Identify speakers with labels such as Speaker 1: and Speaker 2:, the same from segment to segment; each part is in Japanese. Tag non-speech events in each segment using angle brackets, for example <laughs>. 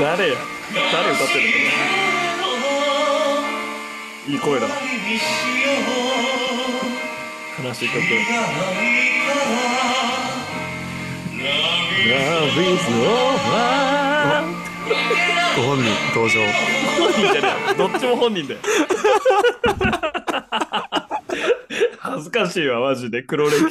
Speaker 1: 誰や誰歌ってるいい声だ悲しい曲
Speaker 2: ご本人登場
Speaker 1: 本人じゃねえよどっちも本人だよ恥ずかしいわマジで黒歴史で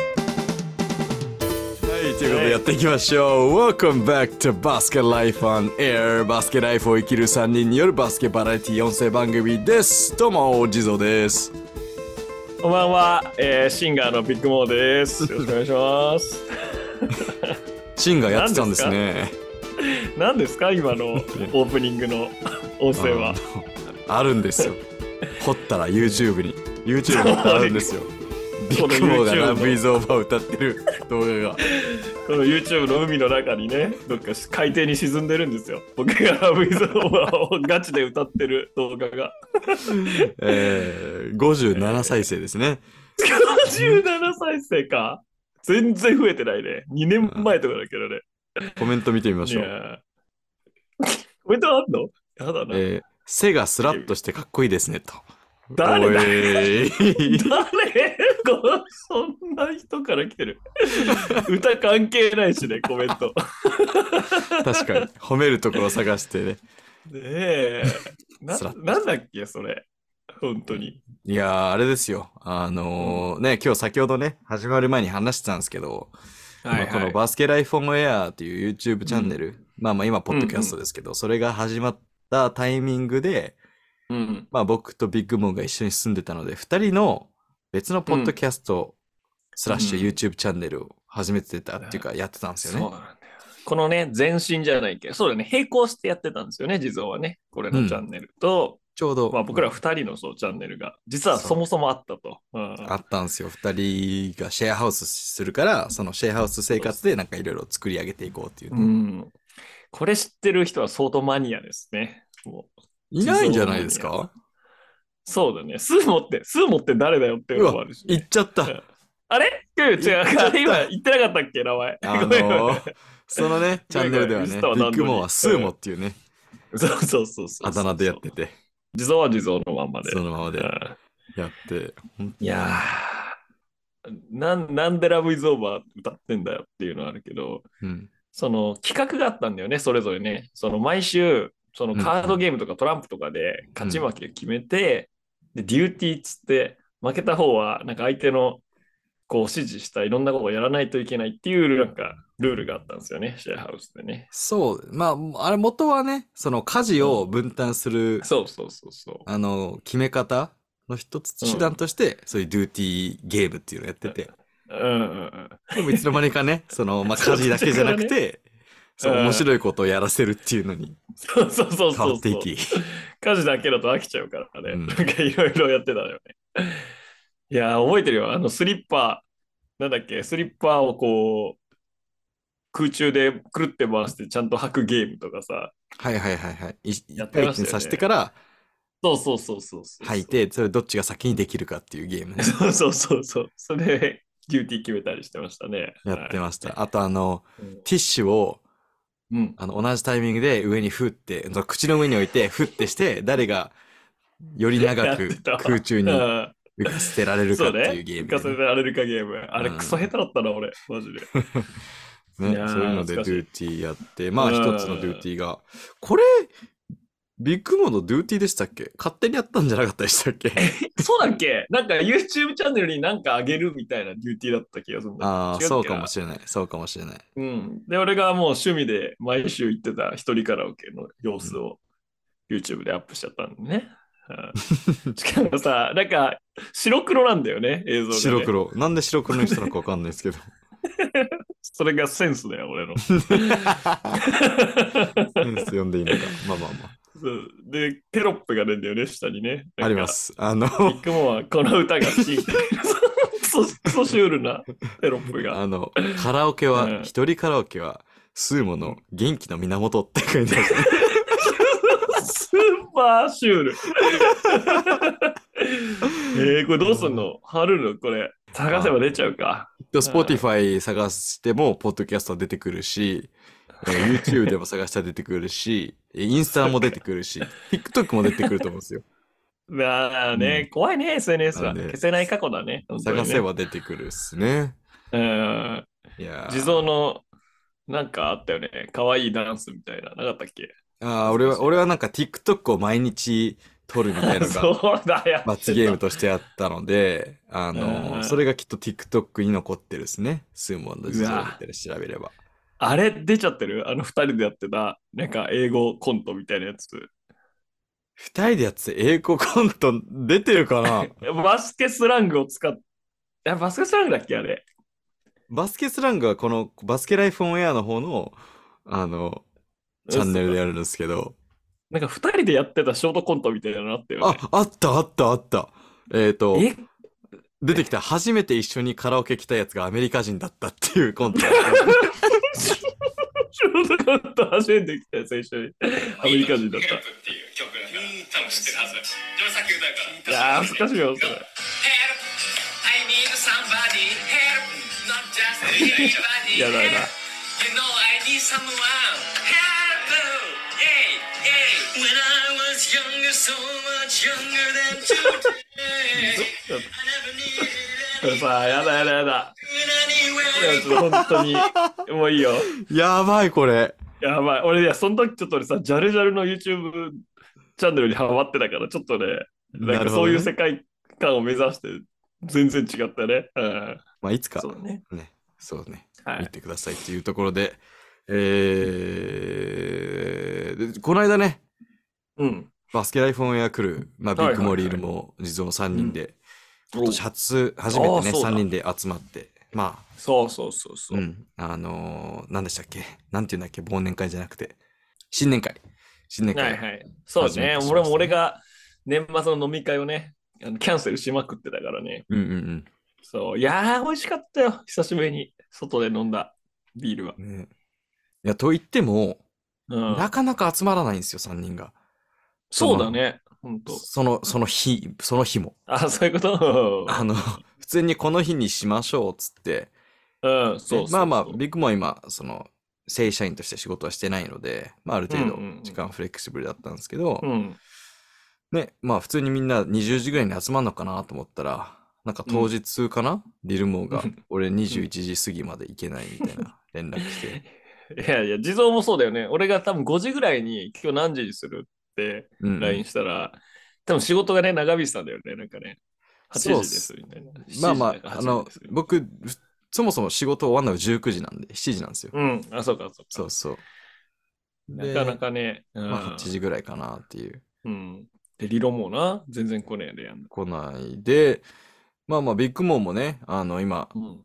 Speaker 2: はい、ということでやっていきましょう。Welcome back to Basket Life on Air. バスケライフを生きる3人によるバスケバラエティ4世番組です。どうも、ジゾです。
Speaker 1: こんばんは、えーシンガーのビッグモーです。よろしくお願いします。
Speaker 2: シンガーやってたんですね。
Speaker 1: 何ですか今のオープニングの音声は。
Speaker 2: あのあるんですよ。掘ったら YouTube に。YouTube に掘ったらあるんですよ。
Speaker 1: <laughs>
Speaker 2: ビ
Speaker 1: この
Speaker 2: ッグモーが
Speaker 1: YouTube の
Speaker 2: Love is Over を歌ってる動画が。
Speaker 1: この YouTube の海の中にね、どっか海底に沈んでるんですよ。僕がラブイズオーバーをガチで歌ってる動画が。
Speaker 2: えー、57再生ですね。
Speaker 1: 57再生か。全然増えてないね。2年前とかだけどね。
Speaker 2: コメント見てみま
Speaker 1: い
Speaker 2: しょう。
Speaker 1: やー。コメントあんのやだな。
Speaker 2: えー、背がスラッとしてかっこいいですね、と。
Speaker 1: 誰だ
Speaker 2: おい
Speaker 1: 誰こそんな人から来てる。歌関係ないしね、コメント。
Speaker 2: 確かに。褒めるところを探してね。
Speaker 1: ね
Speaker 2: <laughs>
Speaker 1: え。な
Speaker 2: スラッ
Speaker 1: なんだっけ、それ。本当に。
Speaker 2: いやー、あれですよ。あのーね、今日先ほどね、始まる前に話してたんですけど、まあこのバスケライフオンエアっていう YouTube チャンネル、まあまあ今、ポッドキャストですけど、それが始まったタイミングで、
Speaker 1: うん。
Speaker 2: まあ僕とビッグモンが一緒に住んでたので、二人の別のポッドキャスト、スラッシュ
Speaker 1: うん
Speaker 2: YouTube チャンネルを始めてたっていうか、やってたんですよね。
Speaker 1: なんだよ。このね、前身じゃないけど、そうだね、並行してやってたんですよね、地蔵はね。これ
Speaker 2: う
Speaker 1: の
Speaker 2: ん
Speaker 1: チャンネルと、
Speaker 2: ちょうど、
Speaker 1: まあ僕ら2人のそうチャンネルが、実はそもそもあったと。うん
Speaker 2: あったんですよ。二人がシェアハウスするから、そのシェアハウス生活でなんかいろいろ作り上げていこうっていうね、
Speaker 1: うん。これ知ってる人は相当マニアですね。もう
Speaker 2: いないんじゃないですか
Speaker 1: そうだね。スーモって、スーモって誰だよっていうのもあるしね、
Speaker 2: 行っちゃった。
Speaker 1: <laughs> あれ違う
Speaker 2: 言っちゃった
Speaker 1: 違う。今言ってなかったっけ、名前。
Speaker 2: あ
Speaker 1: ごめん
Speaker 2: のー、その
Speaker 1: <laughs>
Speaker 2: ね、チャンネルではね、
Speaker 1: ミ
Speaker 2: ビ
Speaker 1: スターは何度
Speaker 2: ッ
Speaker 1: に
Speaker 2: グモアはスーモっていうね、
Speaker 1: そうそうそうそう。
Speaker 2: あだ名でやってて、
Speaker 1: 地蔵は地蔵のまんまで。
Speaker 2: そのままで
Speaker 1: うん
Speaker 2: やって、本当
Speaker 1: い
Speaker 2: に
Speaker 1: やーなん、なんでラブイズオーバー歌ってんだよっていうのはあるけど、
Speaker 2: うん、
Speaker 1: その企画があったんだよね、それぞれね。その毎週、そのカードゲームとかトランプとかで勝ち負け決めて、で、デューティーっつって、負けた方は、なんか相手の、こう、指示したいろんなことをやらないといけないっていう、なんか、ルールがあったんですよね、シェアハウスでね。
Speaker 2: そう、まあ、あれ元はね、その家事を分担する、
Speaker 1: そうそうそうそ
Speaker 2: あの、決め方の一つ
Speaker 1: うん
Speaker 2: 手段として、そういうデューティーゲームっていうのやってて、
Speaker 1: う。うんうんうん。
Speaker 2: でもいつの間にか
Speaker 1: <laughs>
Speaker 2: ね、その、まあ、家事だけじゃなくて、
Speaker 1: そ
Speaker 2: そうう、
Speaker 1: うん
Speaker 2: 面白いことをやらせるっていうのに
Speaker 1: そうそうそうそう
Speaker 2: 変
Speaker 1: そ
Speaker 2: わ
Speaker 1: う。
Speaker 2: っていき、
Speaker 1: <laughs> 家事だけだと飽きちゃうからね、
Speaker 2: うん
Speaker 1: なんかいろいろやってたのよね。 <laughs> いやー、覚えてるよ。あのスリッパ、なんだっけ、スリッパをこう、空中でくるって回してちゃんと履くゲームとかさ。
Speaker 2: はいはいはいはい、い
Speaker 1: やってま
Speaker 2: 一回
Speaker 1: したよね
Speaker 2: 転させてから
Speaker 1: そうそうそうそうそう。
Speaker 2: 吐い。て、それどっちが先にできるかっていうゲームね。
Speaker 1: そうそうそうそう。それで、デューティー決めたりしてましたね。
Speaker 2: やって
Speaker 1: は
Speaker 2: ました。あとあの、
Speaker 1: いうん
Speaker 2: ティッシュを
Speaker 1: うん。
Speaker 2: あの同じタイミングで上にふって、あの口の上に置いてふってして、誰がより長
Speaker 1: やっ
Speaker 2: く
Speaker 1: てたわ
Speaker 2: 空中に
Speaker 1: あ
Speaker 2: 浮かせてられ
Speaker 1: ー
Speaker 2: るか
Speaker 1: そ
Speaker 2: っ
Speaker 1: う
Speaker 2: て
Speaker 1: ね。
Speaker 2: いうゲー
Speaker 1: 浮
Speaker 2: ム
Speaker 1: かせ
Speaker 2: ね、
Speaker 1: てられるかゲーム。あれ、
Speaker 2: うん
Speaker 1: クソ下手だったな、俺。マ
Speaker 2: <laughs>
Speaker 1: ジで。
Speaker 2: ね
Speaker 1: いやー
Speaker 2: そういうので
Speaker 1: 懐
Speaker 2: ド
Speaker 1: かしい
Speaker 2: ゥーティーやって、まあ
Speaker 1: うん
Speaker 2: 一つのドゥーティーが、これ、ビッグモーのドゥーティーでしたっけ勝手にやったんじゃなかったでしたっ
Speaker 1: <laughs>
Speaker 2: け
Speaker 1: そうだっけなんか YouTube チャンネルになんかあげるみたいなデューティーだった気がするんだけど
Speaker 2: あ
Speaker 1: 違
Speaker 2: あ、
Speaker 1: っけな
Speaker 2: そうかもしれない。そうかもしれない。
Speaker 1: うん。で、俺がもう趣味で毎週行ってた一人カラオケの様子を YouTube でアップしちゃったんでね。うんしかも
Speaker 2: <laughs>
Speaker 1: さ、なんか白黒なんだよね、映像が、ね。
Speaker 2: 白。黒。なんで白黒にしたのかわかんないですけど。 <laughs>
Speaker 1: それがセンスだよ、俺の。
Speaker 2: 読んでいいのか。まあまあま
Speaker 1: そうで、テロップが出るんだよね、下にね。。
Speaker 2: あ。ありますす。あの、
Speaker 1: ビッグモア、この歌が好きみたいな。 <laughs> そうクソシュールなテロップが。
Speaker 2: あの、カラオケ
Speaker 1: うん <laughs>
Speaker 2: は、一人カラオケは、スーモの元気の源って書いてある。
Speaker 1: パーシュール。 <laughs> えー、これどうすんの貼るのこれ。探せば出ちゃうか。
Speaker 2: スポティファイ探しても、ポッドキャスト出てくるし、えー YouTube でも探したら出てくるし、えーインスタも出てくるし、TikTok も出てくると思うんですよ。
Speaker 1: まあね、怖いね、SNS は。
Speaker 2: なんで
Speaker 1: 消せない過去だね。 <laughs> 本当にね
Speaker 2: 探せ。ば出てくるっすね。
Speaker 1: うん。
Speaker 2: いやー
Speaker 1: 地蔵の、なんかあったよね。可愛いダンスみたいな。なかったっけ
Speaker 2: あー俺は、俺はなんか TikTok を毎日撮るみたいな
Speaker 1: <laughs>
Speaker 2: のが
Speaker 1: そうだよ。
Speaker 2: 罰ゲームとしてあったので、あの
Speaker 1: うん
Speaker 2: それがきっと TikTok に残ってるですね。スーモンの地
Speaker 1: う
Speaker 2: 蔵
Speaker 1: わ
Speaker 2: みたいな調べれば。
Speaker 1: あれ出ちゃってるあの二人でやってた、なんか英語コントみたいなやつ。
Speaker 2: 二人でやってた英語コント出てるか
Speaker 1: <laughs>
Speaker 2: な
Speaker 1: バスケスラングを使っ、えバスケスラングだっけあれ。
Speaker 2: バスケスラングはこのバスケライフオンエアの方の、あの、チャンネルでやるんですけど。
Speaker 1: なんか二人でやってたショートコントみたいなのあったよね。
Speaker 2: あ、あったあったあった。えっ、と、
Speaker 1: え
Speaker 2: 出てきた初めて一緒にカラオケ来たやつがアメリカ人だったっていうコ
Speaker 1: <laughs>
Speaker 2: ント。
Speaker 1: ショートコント初めて来たよ、最初に。アメリカ人だっ
Speaker 3: ヘルプっていう曲だから多分知ってるはずだしでもさっき歌うから
Speaker 1: た。いやー、懐かしいよ、それ。
Speaker 3: Help I need somebody Help Not
Speaker 1: <laughs>
Speaker 3: just anybody
Speaker 1: やだやだ
Speaker 3: Help You know I need someone Help Yay Yay When I was younger So much younger
Speaker 1: <laughs>
Speaker 3: than today
Speaker 1: ちょっ
Speaker 3: I never needed
Speaker 1: とこれ
Speaker 3: anyone
Speaker 1: <laughs> さ、やだやだやだ。いや、
Speaker 3: anywhere
Speaker 1: ちょっと本当に、もういいよ。
Speaker 2: やばいこれ。
Speaker 1: やばい。俺、いや、その時ちょっと俺さ、ジャルジャルの YouTube チャンネルにハマってたから、ちょっとね、なん
Speaker 2: な
Speaker 1: か
Speaker 2: るほど
Speaker 1: そ
Speaker 2: ね
Speaker 1: ういう世界観を目指して、全然違ったね。うん。
Speaker 2: まあ、いつか、
Speaker 1: そうね。
Speaker 2: ね、そうね、
Speaker 1: は
Speaker 2: 見
Speaker 1: い。
Speaker 2: てくださいっていうところで、えー、でこの間ね、
Speaker 1: うん。
Speaker 2: バスケライフオンエア来る、まあ、ビ
Speaker 1: はいはい
Speaker 2: ッグモリールも地蔵3人で、
Speaker 1: お
Speaker 2: 今年初、初めて
Speaker 1: あー
Speaker 2: ね、
Speaker 1: そうだ
Speaker 2: 3人で集まって、まあ、
Speaker 1: そうそうそうそうう。
Speaker 2: ん、あのー、何でしたっけなんていうんだっけ忘年会じゃなくて、新年会。新年
Speaker 1: はい
Speaker 2: 会。
Speaker 1: はい。そう
Speaker 2: 初めて
Speaker 1: ね。
Speaker 2: しましたね
Speaker 1: 俺も俺が年末の飲み会をね、あのキャンセルしまくってたからね。
Speaker 2: うんうん
Speaker 1: そう。いやー、美味しかったよ。久しぶりに外で飲んだビールは。
Speaker 2: うん。ね、いや、と言っても、
Speaker 1: うん。
Speaker 2: なかなか集まらないんですよ、3人が。
Speaker 1: そうだね。ほんと。
Speaker 2: その、その日、その日も。
Speaker 1: あ、そういうこと
Speaker 2: あの、普通にこの日にしましょうっつって、
Speaker 1: うん、そうそうそう。
Speaker 2: まあまあ、ビッグも今、その、正社員として仕事はしてないので、まあある程度
Speaker 1: うんうんうん
Speaker 2: 時間フレキシブルだったんですけど、
Speaker 1: うん。
Speaker 2: ね、まあ普通にみんな20時ぐらいに集まるのかなと思ったら、なんか当日かな、ディルモーが
Speaker 1: うん、
Speaker 2: 俺21時過ぎまで行けないみたいな連絡来
Speaker 1: <laughs>
Speaker 2: て。
Speaker 1: いやいや、地蔵もそうだよね。俺が多分5時ぐらいに今日何時にするって
Speaker 2: うん
Speaker 1: LINE したら、多分仕事がね、長引いてたんだよね。なんかね。8時
Speaker 2: そう
Speaker 1: で
Speaker 2: っ
Speaker 1: す
Speaker 2: す
Speaker 1: みたいな。
Speaker 2: まあま
Speaker 1: 7時だ
Speaker 2: あ、
Speaker 1: か
Speaker 2: あ
Speaker 1: 8
Speaker 2: の
Speaker 1: 時です、
Speaker 2: 僕、そもそも仕事終わるのが19時なんで、7時なんですよ。
Speaker 1: うん、あ、そうか、そうか。
Speaker 2: そうそう。
Speaker 1: なかなかね、うん
Speaker 2: まあ8時ぐらいかなっていう。
Speaker 1: うん。で、理論もな、全然来ねえでやんの。
Speaker 2: 来ないで、まあまあ、ビッグモンもね、あの、今、
Speaker 1: うん。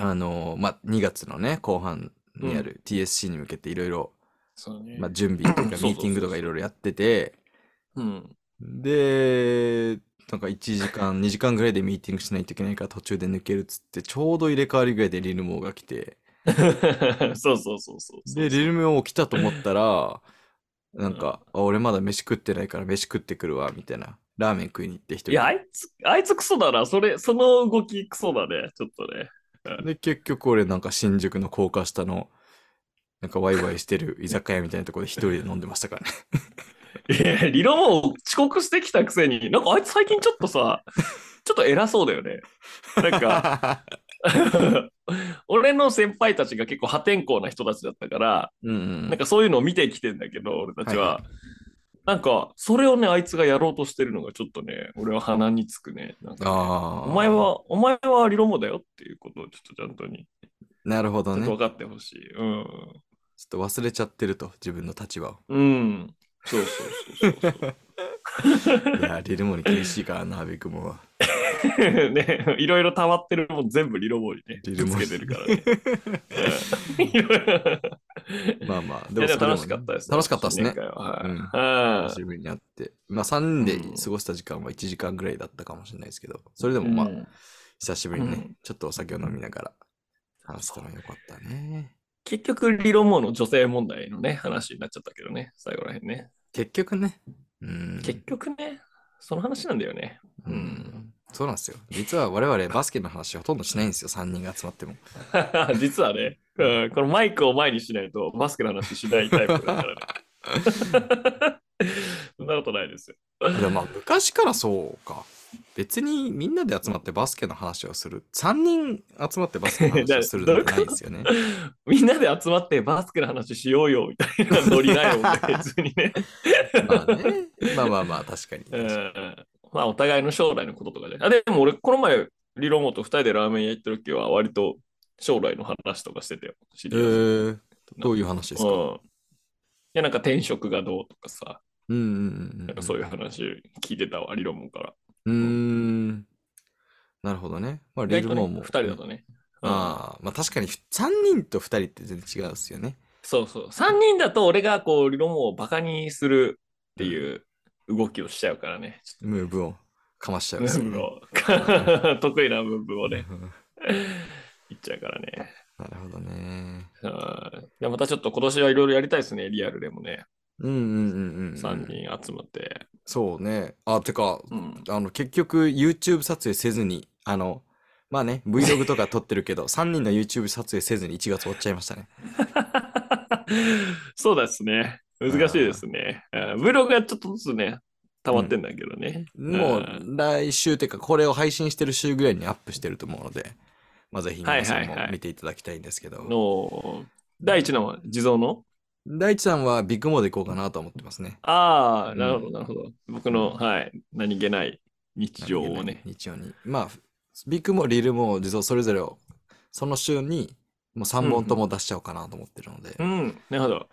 Speaker 2: あの、まあ、2月のね、後半にある TSC に向けていろいろ、
Speaker 1: そうね。
Speaker 2: まあ、準備とか
Speaker 1: そうそうそう
Speaker 2: ミーティングとかいろいろやってて、
Speaker 1: うん。 <laughs>
Speaker 2: で、なんか1時間、2時間ぐらいでミーティングしないといけないから途中で抜けるっつって、ちょうど入れ替わりぐらいでリルモーが来て、
Speaker 1: そうそうそうそう。
Speaker 2: で、リルモー来たと思ったら、なんか、あ俺まだ飯食ってないから飯食ってくるわ、みたいな。ラーメン食いに行って一人
Speaker 1: いや、あいつ、あいつクソだな。それ、その動きクソだね。ちょっとね。
Speaker 2: で、結局俺なんか新宿の高架下の、なんかワイワイし
Speaker 1: <laughs>
Speaker 2: てる居酒屋みたいなところで一人で飲んでましたから
Speaker 1: い
Speaker 2: ね。
Speaker 1: や、リロも遅刻してきたくせに、なんかあいつ最近ちょっとさ、ちょっと偉そうだよね。なんか、 <laughs> 俺の先輩たちが結構破天荒な人たちだったから、
Speaker 2: うんうん
Speaker 1: なんかそういうのを見てきてんだけど、俺たちは。
Speaker 2: は
Speaker 1: なんか、それをね、あいつがやろうとしてるのがちょっとね、俺は鼻につくね。なんか
Speaker 2: ああ。
Speaker 1: お前は、お前はリロモだよっていうことをちょっとちゃんとに、
Speaker 2: なるほ
Speaker 1: ち
Speaker 2: ど
Speaker 1: ょっ
Speaker 2: ね。
Speaker 1: と
Speaker 2: ち
Speaker 1: 分
Speaker 2: ょっ
Speaker 1: かってほしい。うん。
Speaker 2: と忘れちゃってると、自分の立場を。
Speaker 1: うん。そうそうそうそう
Speaker 2: いや、リルモに厳しいからな、ビッグモは。
Speaker 1: そう。 <laughs> ね、いろいろ溜まってるもん全部リロモにね、
Speaker 2: リロモ
Speaker 1: ぶつけてる
Speaker 2: <laughs>
Speaker 1: からね。うん
Speaker 2: まあまあ、
Speaker 1: いやでも
Speaker 2: それ
Speaker 1: 楽しかったです、
Speaker 2: 楽しかったですね
Speaker 1: 新。年会ははい
Speaker 2: うん
Speaker 1: うん
Speaker 2: 久しぶりに会って。まあ、3人で過ごした時間は1時間ぐらいだったかもしれないですけど、それでもまあ、
Speaker 1: うん
Speaker 2: 久しぶりに
Speaker 1: う
Speaker 2: ね
Speaker 1: ん、
Speaker 2: ちょっとお酒を飲みながら話せたのよかったね。
Speaker 1: 結局、リロモの女性問題のね、話になっちゃったけどね、最後らへんね。
Speaker 2: 結局ね、うん。
Speaker 1: 結局ね、その話なんだよね。
Speaker 2: うん。そうなんですよ。実は我々バスケの話ほとんどしないんですよ。3人が集ま
Speaker 1: <laughs>
Speaker 2: っても。
Speaker 1: <laughs> 実はね、うん、このマイクを前にしないとバスケの話しないタイプだからね。 <laughs> そんなことないですよ。
Speaker 2: でもまあ昔からそうか。別にみんなで集まってバスケの話をする。3人集まってバスケの話をするのってないで
Speaker 1: <laughs>
Speaker 2: すよね。
Speaker 1: みんなで集まってバスケの話しようよみたいなノリないもん
Speaker 2: <laughs>
Speaker 1: ね、別にね。
Speaker 2: まあね。まあまあまあ、確かに。
Speaker 1: うんまあ、お互いの将来のこととかで。あでも俺、この前、リロモと2人でラーメン屋行った時は、割と将来の話とかしてたよ。知
Speaker 2: え
Speaker 1: り合いで
Speaker 2: ー、どういう話です
Speaker 1: う
Speaker 2: か
Speaker 1: ん。いや、なんか転職がどうとかさ、
Speaker 2: うんうんうん。
Speaker 1: なんかそういう話聞いてたわ、リロモから。
Speaker 2: うーん。なるほどね。まあ、リ
Speaker 1: 意
Speaker 2: ル
Speaker 1: 外と
Speaker 2: モン
Speaker 1: ね、
Speaker 2: も。
Speaker 1: 2人だとね。うん
Speaker 2: ああ、まあ確かに3人と2人って全然違うっすよね。
Speaker 1: そうそう。3人だと俺がこう、リロモをバカにするっていう動きをしちゃうからね。ち
Speaker 2: ムーブをかましちゃ
Speaker 1: ょ
Speaker 2: う
Speaker 1: っ
Speaker 2: っ
Speaker 1: と
Speaker 2: す
Speaker 1: ム
Speaker 2: よ
Speaker 1: ーブ
Speaker 2: ね。
Speaker 1: を。 <laughs> 得意なムーブをね、いっちゃうからね。
Speaker 2: <laughs> なるほどね。
Speaker 1: うんでまたちょっと今年はいろいろやりたいですね、リアルでもね。
Speaker 2: うんうんうんうんうん。
Speaker 1: 3人集まって。
Speaker 2: そうね。あ、てか、
Speaker 1: うん
Speaker 2: あの、結局 YouTube 撮影せずに、あの、まあね、Vlog とか撮ってるけど、3人の YouTube 撮影せずに1月終わっちゃいましたね。
Speaker 1: そうですね。難しいですね。うん Vlog がちょっとずつね、溜まってんだけどね。
Speaker 2: も
Speaker 1: ん
Speaker 2: う来週っていうか、これを配信してる週ぐらいにアップしてると思うので、まあぜひ皆さんも
Speaker 1: はいはいはい
Speaker 2: 見ていただきたいんですけど、
Speaker 1: の第一のは地蔵の
Speaker 2: 大地さんはビッグモーで行こうかなと思ってますね。
Speaker 1: ああ、
Speaker 2: うん
Speaker 1: なるほど、なるほど。僕の、はい、何気ない日常をね。
Speaker 2: 日曜に。まあ、ビッグモー、リルモー、実はそれぞれを、その週にもう3本とも出しちゃおうかなと思ってるので。
Speaker 1: うん、なるほど。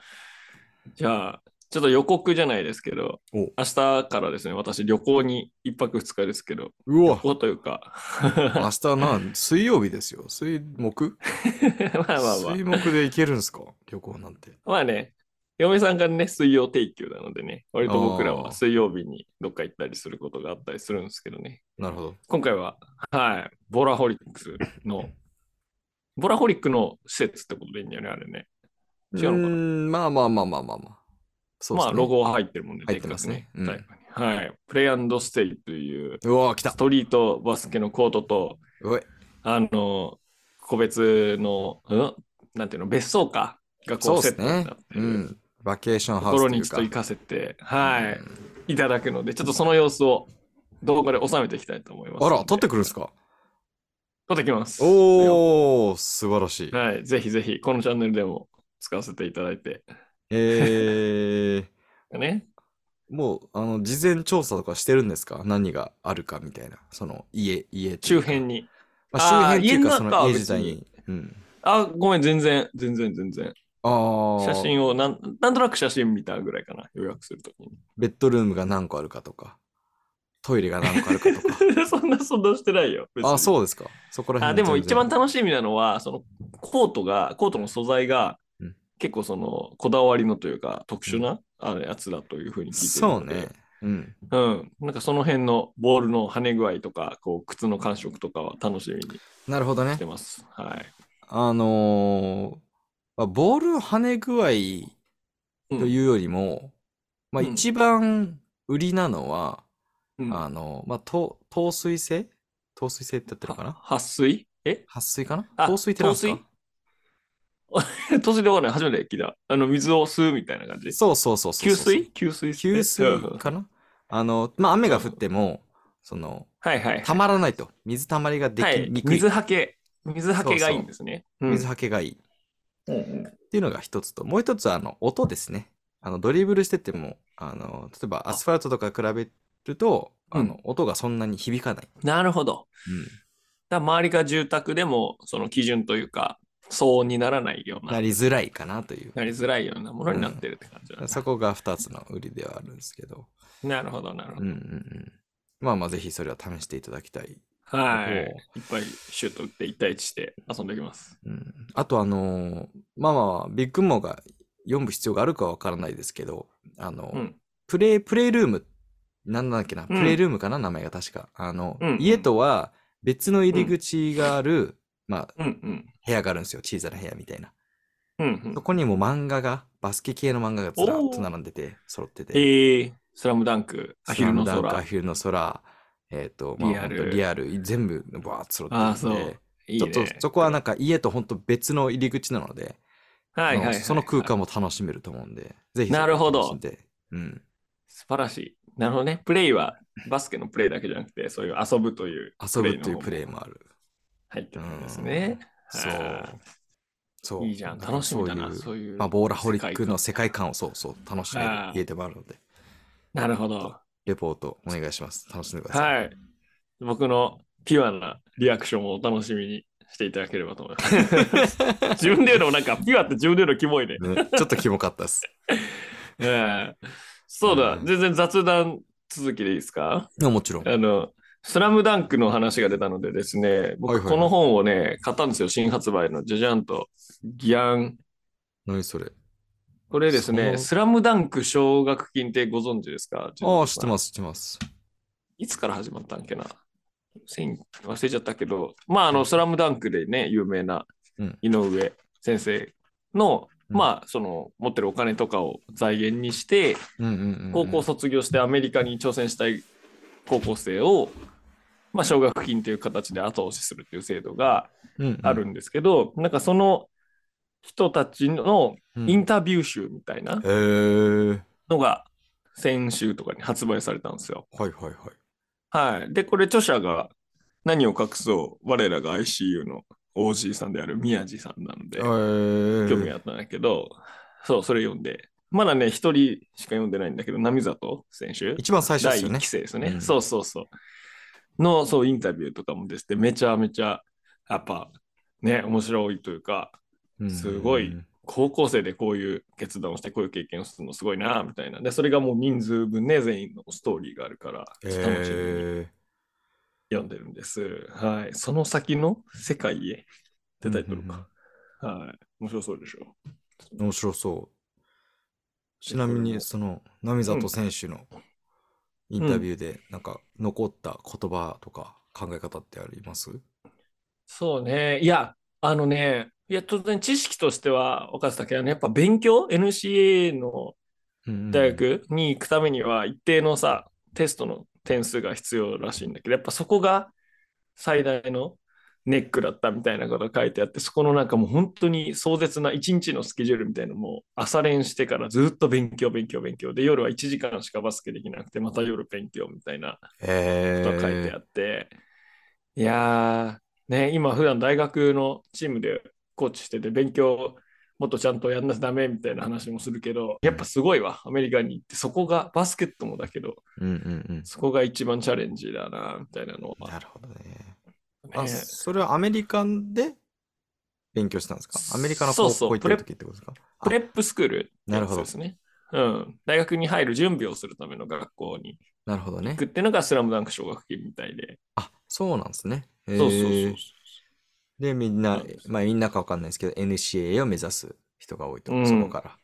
Speaker 1: じゃあ、ちょっと予告じゃないですけど、
Speaker 2: お
Speaker 1: 明日からですね、私、旅行に1泊2日ですけど、
Speaker 2: うわ
Speaker 1: こうというか、 <laughs>
Speaker 2: 明日なん、水曜日ですよ。水木
Speaker 1: まあ <laughs> まあまあ
Speaker 2: 水、木で行けるんですか旅行なんて。
Speaker 1: まあね、嫁さんがね、水曜定休なのでね、割と僕ら
Speaker 2: あ
Speaker 1: は
Speaker 2: ー
Speaker 1: 水曜日にどっか行ったりすることがあったりするんですけどね、
Speaker 2: なるほど。
Speaker 1: 今回は、はい、ボラホリックスの、ボラホリックの施設ってことでいいんだよね、あれね。
Speaker 2: う
Speaker 1: 違うのかな
Speaker 2: ーん、まあまあまあまあまあまあ。そうです
Speaker 1: まあ、
Speaker 2: ね。
Speaker 1: ロゴは入ってるもんね。
Speaker 2: 入ってますね
Speaker 1: でっかくねはいはい。プレイステイという
Speaker 2: うわ、来た
Speaker 1: ス。トリートバスケのコートと、
Speaker 2: おい。
Speaker 1: あの、個別の、うんなんていうの、別荘かがこ
Speaker 2: そうう
Speaker 1: セ
Speaker 2: で
Speaker 1: ッ
Speaker 2: す
Speaker 1: トに
Speaker 2: ね
Speaker 1: なって。
Speaker 2: う
Speaker 1: る
Speaker 2: ん。バケーション
Speaker 1: と
Speaker 2: ハ
Speaker 1: こ
Speaker 2: ウス
Speaker 1: ろ
Speaker 2: とい
Speaker 1: に
Speaker 2: う
Speaker 1: ちょっ
Speaker 2: か
Speaker 1: と。行かせて、はい、いただくので、ちょっとその様子を動画で収めていきたいと思います
Speaker 2: あ
Speaker 1: ので。
Speaker 2: ら、取ってくるんですか
Speaker 1: 撮ってきます。
Speaker 2: おー、素晴らしい。
Speaker 1: <laughs> はい、ぜひぜひ、このチャンネルでも使わせていただいて、
Speaker 2: えー、
Speaker 1: ね。
Speaker 2: もう、あの、事前調査とかしてるんですか何があるかみたいな。その、家、家とい
Speaker 1: 周
Speaker 2: うか
Speaker 1: 辺。に。
Speaker 2: まあ、
Speaker 1: あー
Speaker 2: 周辺っていうか、
Speaker 1: 家
Speaker 2: そ
Speaker 1: の中は
Speaker 2: の家
Speaker 1: 別
Speaker 2: 自体
Speaker 1: に
Speaker 2: に。うん。
Speaker 1: あ、ごめん、全然、全然、全然。
Speaker 2: あー
Speaker 1: 写真をなん、なんとなく写真見たぐらいかな、予約するときに。 <laughs>
Speaker 2: ベッドルームが何個あるかとか、トイレが何個ある
Speaker 1: <laughs>
Speaker 2: かとか。
Speaker 1: そんな、そんなしてないよ。別に
Speaker 2: あ、そうですか。そこら
Speaker 1: あ
Speaker 2: 辺
Speaker 1: でも
Speaker 2: 全然
Speaker 1: 一番楽しみなのは、そのコートが、コートの素材が
Speaker 2: うん、
Speaker 1: 結構その、こだわりのというか、特殊なあのやつだというふうに聞いてる
Speaker 2: そう
Speaker 1: ので。
Speaker 2: ね。。うん。
Speaker 1: うん。なんかその辺のボールの跳ね具合とか、こう、靴の感触とかは楽しみに
Speaker 2: なるほどね
Speaker 1: して。ます。はい。
Speaker 2: あのーまあ、ボールの跳ね具
Speaker 1: う
Speaker 2: 合
Speaker 1: ん
Speaker 2: というよりも、まあ、
Speaker 1: うん
Speaker 2: 一番売りなのは、
Speaker 1: うん
Speaker 2: あの、まあ、と透水性透水性ってやってるかな
Speaker 1: は撥水え
Speaker 2: 撥水かな
Speaker 1: あ
Speaker 2: 透水ってなんですか
Speaker 1: 透水で <laughs> わかんない。初めて聞いた。あの、水を吸うみたいな感じ。
Speaker 2: そうそうそうそう
Speaker 1: 吸
Speaker 2: そう。
Speaker 1: 水吸水
Speaker 2: 吸
Speaker 1: うん
Speaker 2: 水かなあの、まあ、雨が降っても、その、
Speaker 1: はいはい。
Speaker 2: たまらないと。水たまりができ
Speaker 1: はい、
Speaker 2: にくい。
Speaker 1: 水はけ。水はけがいいんですね。
Speaker 2: 水はけがいい。っ
Speaker 1: うん
Speaker 3: Mm-hmm.
Speaker 1: うん
Speaker 2: ていうのが一つと、もう一つは、あの、音ですね。あの、ドリブルしてても、あの、例えばアスファルトとか比べると、
Speaker 1: うん
Speaker 2: あの、音がそんなに響かない。
Speaker 1: なるほど。だから周りが住宅でも、その基準というか、騒音にならないよう
Speaker 2: な
Speaker 1: な、
Speaker 2: りづらいかなという。
Speaker 1: なりづらいようなものになってるって感じなんだ
Speaker 2: そこが二つの売りではあるんですけど。
Speaker 1: なるほど、なる
Speaker 2: う
Speaker 1: ほ
Speaker 2: んうんうん。まあまあ、ぜひそれは試していただきたい。
Speaker 1: ど。はい。
Speaker 2: お
Speaker 1: いっぱいシュート打って1対1して遊んでおきます。
Speaker 2: うん、あと、あのーまあまあ、ビッグモーが読む必要があるかわからないですけど、あの、
Speaker 1: うん。
Speaker 2: プレイ、プレイルーム、なんだっけな、プ
Speaker 1: うん
Speaker 2: レイルームかな、名前が確か。あの、
Speaker 1: うんうん
Speaker 2: 家とは別の入り口がある、まあ、
Speaker 1: うんうん。
Speaker 2: 部屋があるんですよ。小さな部屋みたいな。
Speaker 1: うんうん
Speaker 2: そこにも漫画が、バスケ系の漫画がずらっと並んでて、揃ってて。
Speaker 1: えー、スラムダンク、アヒルの
Speaker 2: スラムダンクア
Speaker 1: 空。
Speaker 2: ヒルの空、えっ、と、まあ、
Speaker 1: リアル
Speaker 2: ほんとリアル、全部バーッと揃
Speaker 1: ああ、
Speaker 2: って
Speaker 1: そ
Speaker 2: る
Speaker 1: うん
Speaker 2: で、。
Speaker 1: いい
Speaker 2: ちょ
Speaker 1: ね
Speaker 2: っと、そこはなんか家と本当別の入り口なので、
Speaker 1: はいはい、
Speaker 2: あ
Speaker 1: はい。
Speaker 2: のその空間も楽しめると思うんで、ぜひ
Speaker 1: なるほど
Speaker 2: そこも楽しんで。うん。
Speaker 1: 素晴らしい。なるほどね。プレイは、バスケのプレイだけじゃなくて、そういう遊ぶという
Speaker 2: 遊ぶというプレ
Speaker 1: イ
Speaker 2: イもある。
Speaker 1: の方も入ってるんですね。
Speaker 2: そ
Speaker 1: あ
Speaker 2: う。そう。
Speaker 1: いいじゃん。
Speaker 2: だから
Speaker 1: 楽しみだ
Speaker 2: そ
Speaker 1: な、
Speaker 2: ういう
Speaker 1: そういう。
Speaker 2: まあ、ボーラホリックの世界観をそうそう楽しめる
Speaker 1: ああ
Speaker 2: 家でもあるので、
Speaker 1: なるほど。
Speaker 2: レポートお願いします。楽しんでください。
Speaker 1: はい。僕のピュアなリアクションをお楽しみにしていただければと思います。
Speaker 2: <laughs>
Speaker 1: 自分で言うのもなんか、ピュアって自分で言うのキモいね。
Speaker 2: ねちょっとキモかった
Speaker 1: <laughs>
Speaker 2: です。
Speaker 1: ええそうだ、
Speaker 2: うん
Speaker 1: 全然雑談続きでいいですか
Speaker 2: いやもちろん。
Speaker 1: あの、スラムダンクの話が出たのでですね、
Speaker 2: はいはい
Speaker 1: 僕
Speaker 2: はい
Speaker 1: この本をね、買ったんですよ、新発売のジャジャンとギャン。
Speaker 2: 何それ。
Speaker 1: これです
Speaker 2: そ
Speaker 1: ね、
Speaker 2: う
Speaker 1: スラムダンク奨学金ってご存知ですか
Speaker 2: ああ、知って
Speaker 1: す。
Speaker 2: ます、知ってます。
Speaker 1: いつから始まったんっけな千忘れちゃったけど、まあ、あの、スラムダンクでね、有名な
Speaker 2: うん
Speaker 1: 井上先生の、
Speaker 2: うん
Speaker 1: まあ、その、持ってるお金とかを財源にして、
Speaker 2: うんうんうんうん
Speaker 1: 高校卒業してアメリカに挑戦したい高校生を、まあ、奨学金という形で後押しするという制度が
Speaker 2: うんうん
Speaker 1: あるんですけど、なんかその人たちの
Speaker 2: うん
Speaker 1: インタビュー集みたいな
Speaker 2: へー
Speaker 1: のが先週とかに発売されたんですよ。
Speaker 2: はいはいはい。
Speaker 1: はい。で、これ著者が何を隠そう、我らが ICU の OG さんである宮地さんなんで、興
Speaker 2: 興
Speaker 1: 味あったんだけど、そう、それ読んで、まだね、一人しか読んでないんだけど、波里選手。
Speaker 2: 一番最初で
Speaker 1: 第
Speaker 2: すよ
Speaker 1: 1
Speaker 2: ね
Speaker 1: 期。生ですよね。
Speaker 2: うん
Speaker 1: そうそうそう。の、そう、インタビューとかもですね、めちゃめちゃ、やっぱ、ね、面白いというか、
Speaker 2: うん
Speaker 1: すごい高校生でこういう決断をして、こういう経験をするのすごいな、みたいな。で、それがもう人数分ね、全員のストーリーがあるから、
Speaker 2: へ
Speaker 1: ちょっと楽しみに
Speaker 2: ー
Speaker 1: 読んでるんです。はい。その先の世界へってタイトルか。はい。面白そうでしょ。
Speaker 2: 面白そう。ちなみに、その、波里選手のインタビューで、なんか、残った言葉とか考え方ってあります
Speaker 1: そうね。いや、あのね、いや、当然知識としては分かってたけど、ね、やっぱ勉強 ?NCA の大
Speaker 2: 大
Speaker 1: 学に行くためには一定のさテストの点数が必要らしいんだけどやっぱそこが最大のネックだったみたいなことが書いてあってそこのなんかもう本当に壮絶な一日のスケジュールみたいなのも朝練してからずっと勉強勉強勉強で夜は1時間しかバスケできなくてまた夜勉強みたいな
Speaker 2: え
Speaker 1: ことが書いてあって、いやーね今普段大学のチームでコーチしてて勉強もっとちゃんとやんなきゃダメみたいな話もするけどやっぱすごいわアメリカに行ってそこがバスケットもだけど
Speaker 2: うんうん
Speaker 1: そこが一番チャレンジだなみたいなの
Speaker 2: うん。
Speaker 1: は、
Speaker 2: なるほどね。
Speaker 1: ね
Speaker 2: あ、それはアメリカンで勉強したんですかアメリカの
Speaker 1: そ
Speaker 2: 高
Speaker 1: うそう
Speaker 2: 校行ってる時ってことですか
Speaker 1: プレップスクールって
Speaker 2: なる
Speaker 1: や
Speaker 2: ほ
Speaker 1: つ
Speaker 2: ど
Speaker 1: ですねうん、大学に入る準備をするための学校に
Speaker 2: なるほどね
Speaker 1: 行く。っていうのがスラムダンク奨学金みたいで、
Speaker 2: あ、そうなんですね。そう
Speaker 1: そうそうそう
Speaker 2: で、みん
Speaker 1: そ
Speaker 2: な
Speaker 1: うで、す
Speaker 2: まあみんなかわかんないですけど、NCAA を目指す人が多いと、
Speaker 1: うん
Speaker 2: そこから。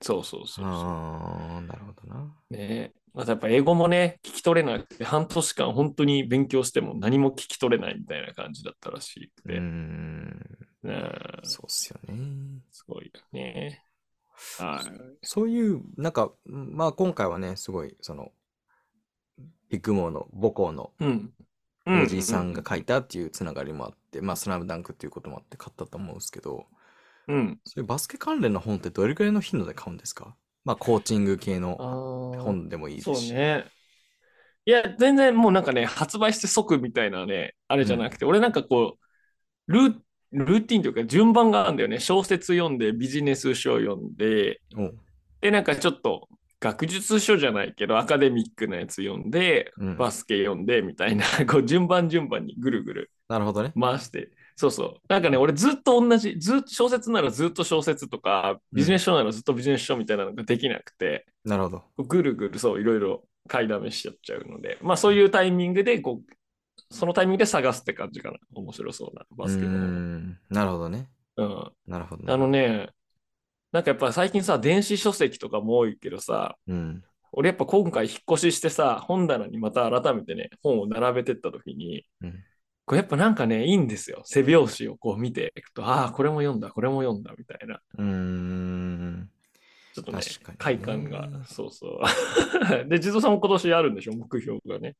Speaker 1: そうそうそうそう
Speaker 2: ああ、なるほどな。
Speaker 1: ねまたやっぱ英語もね、聞き取れなくて、半年間本当に勉強しても何も聞き取れないみたいな感じだったらしく
Speaker 2: う
Speaker 1: て、
Speaker 2: ー
Speaker 1: ね
Speaker 2: ん、
Speaker 1: え
Speaker 2: そうっすよね。
Speaker 1: すごいよね。はい。
Speaker 2: そういう、なんか、まあ今回はね、すごい、その、ビッグモーの母校の
Speaker 1: うん。う
Speaker 2: おじいさんが、書いたっていうつながりもあって、まあ、スラムダンクっていうこともあって買ったと思うんですけど、
Speaker 1: うん。
Speaker 2: そういうバスケ関連の本ってどれくらいの頻度で買うんですかまあ、コーチング系
Speaker 1: あ
Speaker 2: の
Speaker 1: ー
Speaker 2: 本でもいいです
Speaker 1: そう
Speaker 2: し。
Speaker 1: ね。いや、全然もうなんかね、発売して即みたいなね、あれじゃなくて、俺なんかこう、ルールーティンというか順番があるんだよね。小説読んで、ビジネス書読んで、
Speaker 2: おう
Speaker 1: で、なんかちょっと学術書じゃないけど、アカデミックなやつ読んで、
Speaker 2: うん
Speaker 1: バスケ読んでみたいな、 <laughs> こう順番順番にぐるぐる
Speaker 2: なるほどね。
Speaker 1: 回して、そうそう。なんかね、俺ずっと同じ、ずっと小説ならずっと小説とか、ビジネス書ならずっとビジネス書みたいなのができなくて、
Speaker 2: なるほど。
Speaker 1: こうぐるぐるそう、いろいろ買いだめしちゃっちゃうので、まあそういうタイミングで、こう、そのタイミングで探すって感じかな。面白そうなバスケ
Speaker 2: うー
Speaker 1: の。
Speaker 2: んなるほどね。
Speaker 1: うん。
Speaker 2: なるほど、ね。
Speaker 1: あのね、なんかやっぱ最近さ、電子書籍とかも多いけどさ、
Speaker 2: うん。
Speaker 1: 俺やっぱ今回引っ越ししてさ、本棚にまた改めてね、本を並べてった時に、
Speaker 2: うん
Speaker 1: これやっぱなんかね、いいんですよ。背表紙をこう見ていくと、ああ、これも読んだ、これも読んだみたいな。
Speaker 2: うーん。
Speaker 1: ちょっとね
Speaker 2: 確か、に
Speaker 1: 快感が、そうそう。 <laughs> で、地蔵さんも今年あるんでしょ、目標がね。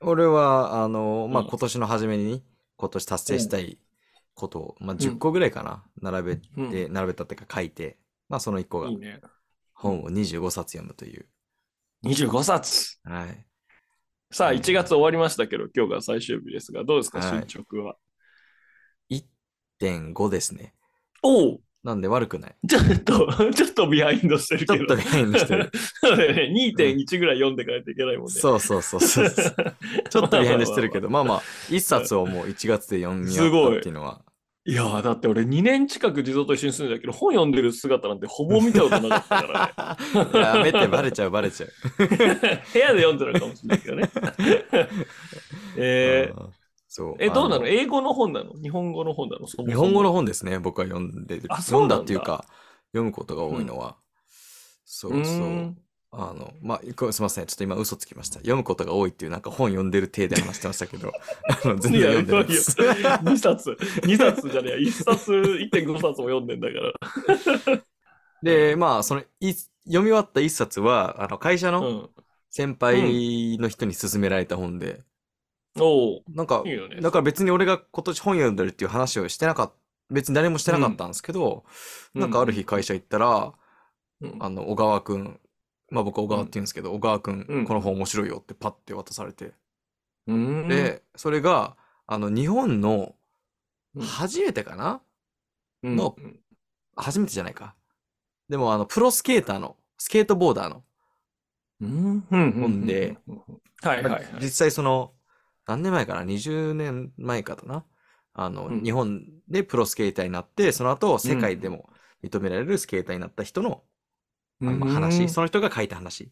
Speaker 2: 俺は、あの、まあ、
Speaker 1: うん
Speaker 2: 今年の初めに、今年達成したいことを、まあ、10個ぐらいかな、並べて、並べたっていうか書いて、まあ、その1個が
Speaker 1: いい、ね。
Speaker 2: 本を25冊読むという。
Speaker 1: 25冊
Speaker 2: はい。
Speaker 1: さあ、
Speaker 2: うん
Speaker 1: 1月終わりましたけど、今日が最終日ですが、どうですか、
Speaker 2: はい
Speaker 1: 進捗は。
Speaker 2: 1.5ですね。
Speaker 1: おお
Speaker 2: なんで悪くない。
Speaker 1: ちょっと、 <laughs> ちょっとビハインドしてる
Speaker 2: <laughs> ちょ
Speaker 1: け
Speaker 2: っ
Speaker 1: ど。
Speaker 2: と変にしてる。
Speaker 1: そうだよ <laughs> ね。2.1ぐらい読んでいかないといけないもんね。
Speaker 2: そうそうそうそうそう。ちょっと変にしてるけど、 <laughs> まあまあ、1冊をもう1月で読み終わったっていうのは、
Speaker 1: いやーだって俺2年近く地蔵と一緒に住んでたけど、本読んでる姿なんてほぼ見たことなかった
Speaker 2: <laughs>
Speaker 1: からね。
Speaker 2: やめて、バレちゃう、バレ <laughs> ちゃう。
Speaker 1: 部屋で読んでるのかもしれないけど
Speaker 2: <laughs>
Speaker 1: ね。えー
Speaker 2: うんそう
Speaker 1: え、どうなの
Speaker 2: あ
Speaker 1: 英語の本なの日本語の本なのそもそも
Speaker 2: 日本語の本ですね、僕は読んでる。
Speaker 1: あそ
Speaker 2: 読
Speaker 1: うんな
Speaker 2: だ
Speaker 1: んだ
Speaker 2: っていうか、読むことが多いのは、そうそう
Speaker 1: ー。
Speaker 2: うんあの、まあ、こすみません。ちょっと今嘘つきました。読むことが多いっていう、なんか本読んでる体で話してましたけど、 <laughs> あの、全然読んでないです。
Speaker 1: いやいや2冊、2冊じゃねえ、1冊、1.5冊も読んでんだから。
Speaker 2: <laughs> で、まあ、その、い読み終わった一冊は、あの、会社
Speaker 1: う
Speaker 2: の
Speaker 1: ん。
Speaker 2: 先輩の人に勧められた本で、
Speaker 1: おう
Speaker 2: なんか
Speaker 1: いい、よね。
Speaker 2: だから別に俺が今年本読んでるっていう話をしてなかった、別に誰もしてなかったんですけど、
Speaker 1: うん
Speaker 2: なんかある日会社行ったら、
Speaker 1: うん
Speaker 2: あの、小川くん、まあ僕小川って言うんですけど、小川くん、
Speaker 1: うん
Speaker 2: この本面白いよってパッて渡されて、
Speaker 1: うーん、
Speaker 2: で、それが、あの、日本の
Speaker 1: うん
Speaker 2: 初めてかな、
Speaker 1: うん
Speaker 2: の初めてじゃないか。でも、あの、プロスケーターの、スケートボーダーの、
Speaker 1: うん、うん、
Speaker 2: ほんで
Speaker 1: う、はいはいはい。
Speaker 2: 実際その、何年前かな ?20 年前かだな。あの、
Speaker 1: うん
Speaker 2: 日本でプロスケーターになって、その後、世界でも認められるスケーターになった人の、あの話、その人が書いた話。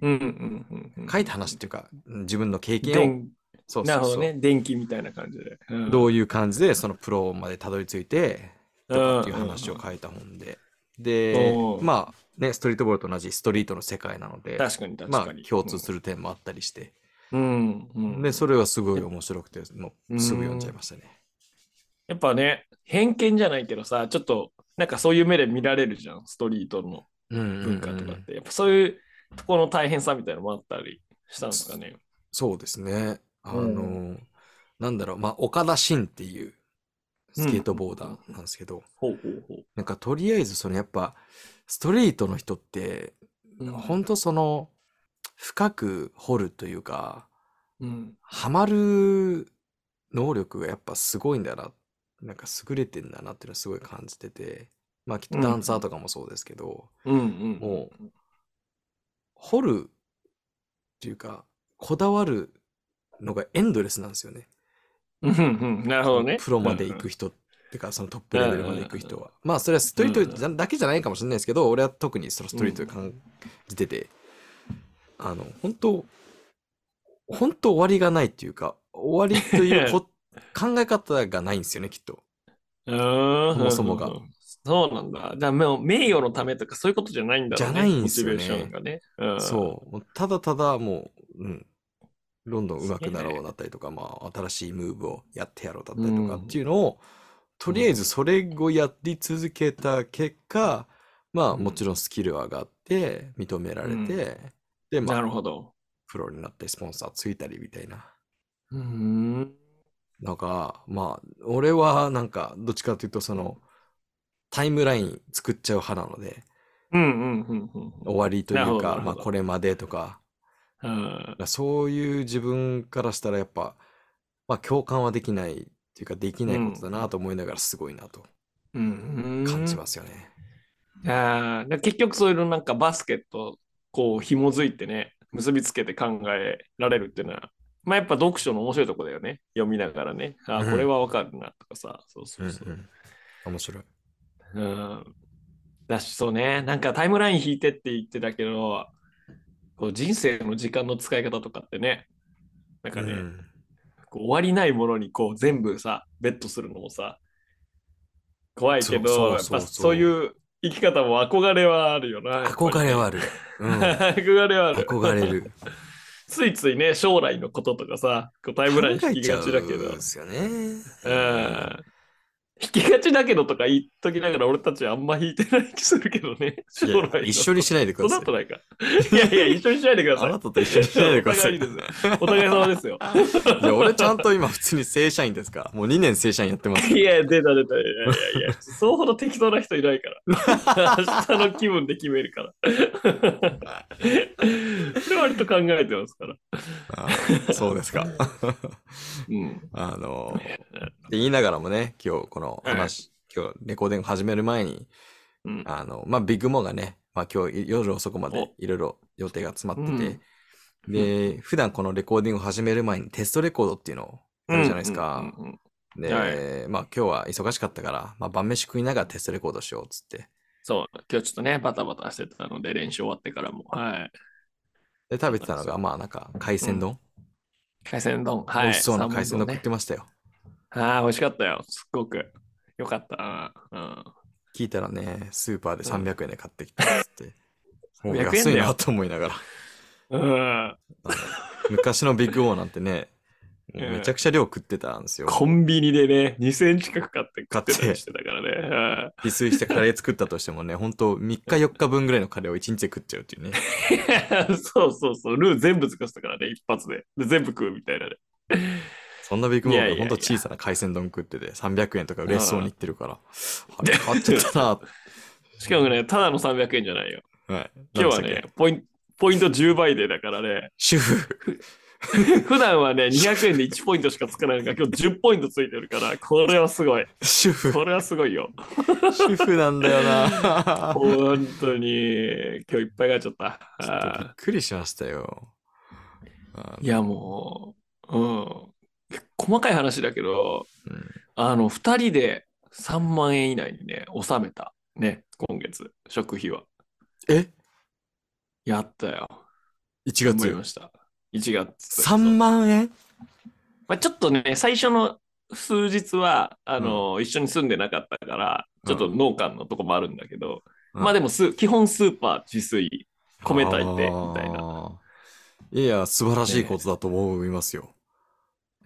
Speaker 1: うん、うん、うんうん。
Speaker 2: 書いた話っていうか、自分の経験を、
Speaker 1: 電
Speaker 2: そうそ
Speaker 1: な
Speaker 2: うそう
Speaker 1: るほどね。電気みたいな感じで。うん
Speaker 2: どういう感じでそのプロまでたどり着いてとかっていう話を
Speaker 1: ん
Speaker 2: 書いた本で。で
Speaker 1: お、ー
Speaker 2: まあね、ストリートボールと同じストリートの世界なので、
Speaker 1: 確かに確
Speaker 2: ま
Speaker 1: か
Speaker 2: あ
Speaker 1: に。
Speaker 2: 共通する点もあったりして、
Speaker 1: うん。うん、
Speaker 2: で、それはすごい面白くて、もうすぐ読んじゃいましたね。
Speaker 1: やっぱね、偏見じゃないけどさ、ちょっと、なんかそういう目で見られるじゃん、ストリートの文
Speaker 2: 文
Speaker 1: 化とかって。やっぱそういうところの大変さみたいなのもあったりしたんですかね。
Speaker 2: そうですね。あの、
Speaker 1: う
Speaker 2: なんだろう、まあ、岡田真っていうスケートボーダーなんですけど、
Speaker 1: ほうほうほう。
Speaker 2: なんかとりあえずそのやっぱストリートの人って、
Speaker 1: うん
Speaker 2: 本当その深く掘るというか、
Speaker 1: うん、
Speaker 2: ハマる能力がやっぱすごいんだな、なんか優れてんだなっていうのはすごい感じてて、まあきっとダンサーとかもそうですけど、
Speaker 1: うん、うん。
Speaker 2: もう掘るっていうか、こだわるのがエンドレスなんですよね。
Speaker 1: うん、うん、なるほどね。
Speaker 2: プロまで行く人ってか、そのトップレベルまで行く人は。まあ、それはストリートじゃだけじゃないかもしれないですけど、俺は特にそのストリートで感じてて、あの、本当本当終わりがないっていうか、終わりとい
Speaker 1: <laughs>
Speaker 2: うこ考え方がないんですよね、きっと。
Speaker 1: うん、うん
Speaker 2: そもそもが。
Speaker 1: うんそうなんだ。じゃあもう名誉のためとかそういうことじゃないんだろうね。
Speaker 2: じゃないんですよね
Speaker 1: モチベーションがね。うん、
Speaker 2: そう。もうただただもう、うん。どんどん上手くなろうだったりとか、まあ、新しいムーブをやってやろうだったりとか
Speaker 1: うん
Speaker 2: っていうのを、とりあえずそれをやり続けた結果、まあ、
Speaker 1: うん
Speaker 2: もちろんスキルは上がって、認められて、
Speaker 1: うん
Speaker 2: で、
Speaker 1: な
Speaker 2: ま
Speaker 1: る
Speaker 2: あ、
Speaker 1: ほど。
Speaker 2: プロになってスポンサーついたりみたいな。
Speaker 1: うん。
Speaker 2: なんか、まあ、俺はなんか、どっちかというと、その、タイムライン作っちゃう派なので、
Speaker 1: うんうんうんうん
Speaker 2: 終わりとい
Speaker 1: なる
Speaker 2: う
Speaker 1: ほどな
Speaker 2: か
Speaker 1: る、ほ
Speaker 2: まあ、
Speaker 1: ど
Speaker 2: これまでとか、
Speaker 1: うん。
Speaker 2: そういう自分からしたらやっぱ、まあ、共感はできないっていうかできないことだなと思いながらすごいなと
Speaker 1: うん。。
Speaker 2: 感じますすよね。
Speaker 1: あーで結局そういうのなんかバスケット、こう紐づいてね、結びつけて考えられるっていうのは、まあやっぱ読書の面白いとこだよね。読みながらね。あ
Speaker 2: う
Speaker 1: ー
Speaker 2: ん
Speaker 1: これはわかるなとかさ。そうそうそうう。
Speaker 2: んうん面白い。
Speaker 1: うんだし、そうね、なんかタイムライン引いてって言ってたけど、こう人生の時間の使い方とかってね、なんかね、
Speaker 2: うん
Speaker 1: こう終わりないものにこう全部さ、ベットするのもさ、怖いけど、
Speaker 2: そう
Speaker 1: やっ
Speaker 2: そうそうそう
Speaker 1: ぱそういう生き方も憧れはあるよな。やっぱり
Speaker 2: 憧れはある。う
Speaker 1: <laughs>
Speaker 2: ん
Speaker 1: 憧れはある。
Speaker 2: 憧れ。
Speaker 1: <laughs>
Speaker 2: る。
Speaker 1: ついついね、将来のこととかさ、こうタイムライン
Speaker 2: 考え
Speaker 1: 引きがちだけど。
Speaker 2: ですよね。
Speaker 1: うん弾きがちだけどとか言っときながら俺たちはあんま弾いてない気するけどね。
Speaker 2: い
Speaker 1: 将
Speaker 2: や
Speaker 1: 来の
Speaker 2: 一緒にしないでく
Speaker 1: そ
Speaker 2: だ
Speaker 1: んな
Speaker 2: さ
Speaker 1: こ
Speaker 2: い
Speaker 1: と。ないか。いやいや、一緒にしないでくだ
Speaker 2: <laughs> あ
Speaker 1: さ。
Speaker 2: ないたと一緒にしないでください。
Speaker 1: お互いお互い様ですよ。
Speaker 2: いや、俺ちゃんと今普通に正社員ですから。もう2年正社員やってます。
Speaker 1: いや、出た出た。いやいやいや、そうほど適当な人いないから。明日の気分で決める
Speaker 2: <laughs>
Speaker 1: から。それ割と考えてますから。
Speaker 2: あ
Speaker 1: <laughs>
Speaker 2: ーそうですか。
Speaker 1: うん。
Speaker 2: あの
Speaker 1: <laughs>
Speaker 2: ー、って言いながらもね、今日この話、今日レコーディング始める前に、
Speaker 1: うん
Speaker 2: あの、まあ、ビッグモがね、まあ、今日夜遅くまでいろいろ予定が詰まってて、で、普段このレコーディングを始める前にテストレコードっていうのをやるじゃないですか。
Speaker 1: うんうんうん
Speaker 2: で、
Speaker 1: は
Speaker 2: まあ今日は忙しかったから、まあ晩飯食いながらテストレコードしようっつって。
Speaker 1: そう、今日ちょっとね、バタバタしてたので、練習終わってからも。はい。
Speaker 2: で、食べてたのが、まあなんか海鮮丼、
Speaker 1: 海鮮丼。はい。
Speaker 2: 美味しそうな
Speaker 1: 三本
Speaker 2: 海鮮丼
Speaker 1: ね
Speaker 2: 食ってましたよ。
Speaker 1: ああ、美味しかったよ。すっごく。よかったな。う
Speaker 2: 聞いたらね、スーパーで300円で買ってきたっ
Speaker 1: <laughs>
Speaker 2: つって。
Speaker 1: ん
Speaker 2: も
Speaker 1: 300円
Speaker 2: う
Speaker 1: だよ
Speaker 2: 安いなと思いながら。
Speaker 1: ん。うん。
Speaker 2: あの昔のビッグオーなんて
Speaker 1: <laughs>
Speaker 2: ね、もうめちゃくちゃ量食ってたんですよ。
Speaker 1: コンビニでね、2000近く買って買
Speaker 2: 買っ
Speaker 1: っててたりしてたからね。
Speaker 2: 自炊してカレー作ったとしてもね、ほんと3日4日分ぐらいのカレーを1日で食っちゃうっていうね。
Speaker 1: うん <laughs> そうそうそう、ルー全部尽かしたからね、一発で。で、全部食うみたいなね。
Speaker 2: そんなビッグモ
Speaker 1: い
Speaker 2: ー
Speaker 1: やい
Speaker 2: が
Speaker 1: やい
Speaker 2: ほ
Speaker 1: や
Speaker 2: んと小さな海鮮丼食ってて、300円とか嬉しそうに言ってるから、あれ買ってた
Speaker 1: <laughs>
Speaker 2: な
Speaker 1: しかもね、ただの300円じゃないよ。
Speaker 2: はい。
Speaker 1: 今日は
Speaker 2: なんでし
Speaker 1: ね
Speaker 2: たっけ、
Speaker 1: ポインポイント10倍でだからね、 <laughs>
Speaker 2: 主婦。
Speaker 1: 普段はね、200円で1ポイントしかつかないのが、今日10ポイントついてるから、これはすごい。
Speaker 2: 主婦。
Speaker 1: これはすごいよ。
Speaker 2: 主婦なんだよ
Speaker 1: <laughs>
Speaker 2: な。ちょ
Speaker 1: 本当に、今日いっぱい買っちゃった。
Speaker 2: っと
Speaker 1: あ
Speaker 2: び
Speaker 1: ー
Speaker 2: っくりしましたよ。あ
Speaker 1: いや、もう、うん。細かい話だけど、
Speaker 2: うん
Speaker 1: あの、2人で3万円以内にね、収めた。ね、今月、食費は。
Speaker 2: え
Speaker 1: やったよ。
Speaker 2: ?1
Speaker 1: 頑張り
Speaker 2: 月
Speaker 1: ま。した。1月。
Speaker 2: 3万円
Speaker 1: まあ、ちょっとね、最初の数日は、あの、一緒に住んでなかったから、ちょっと農家のとこもあるんだけど、
Speaker 2: うん
Speaker 1: まあでもす、基本スーパー自炊。米炊いてみたいな
Speaker 2: な。いや、素晴らしいことだと思いますよ。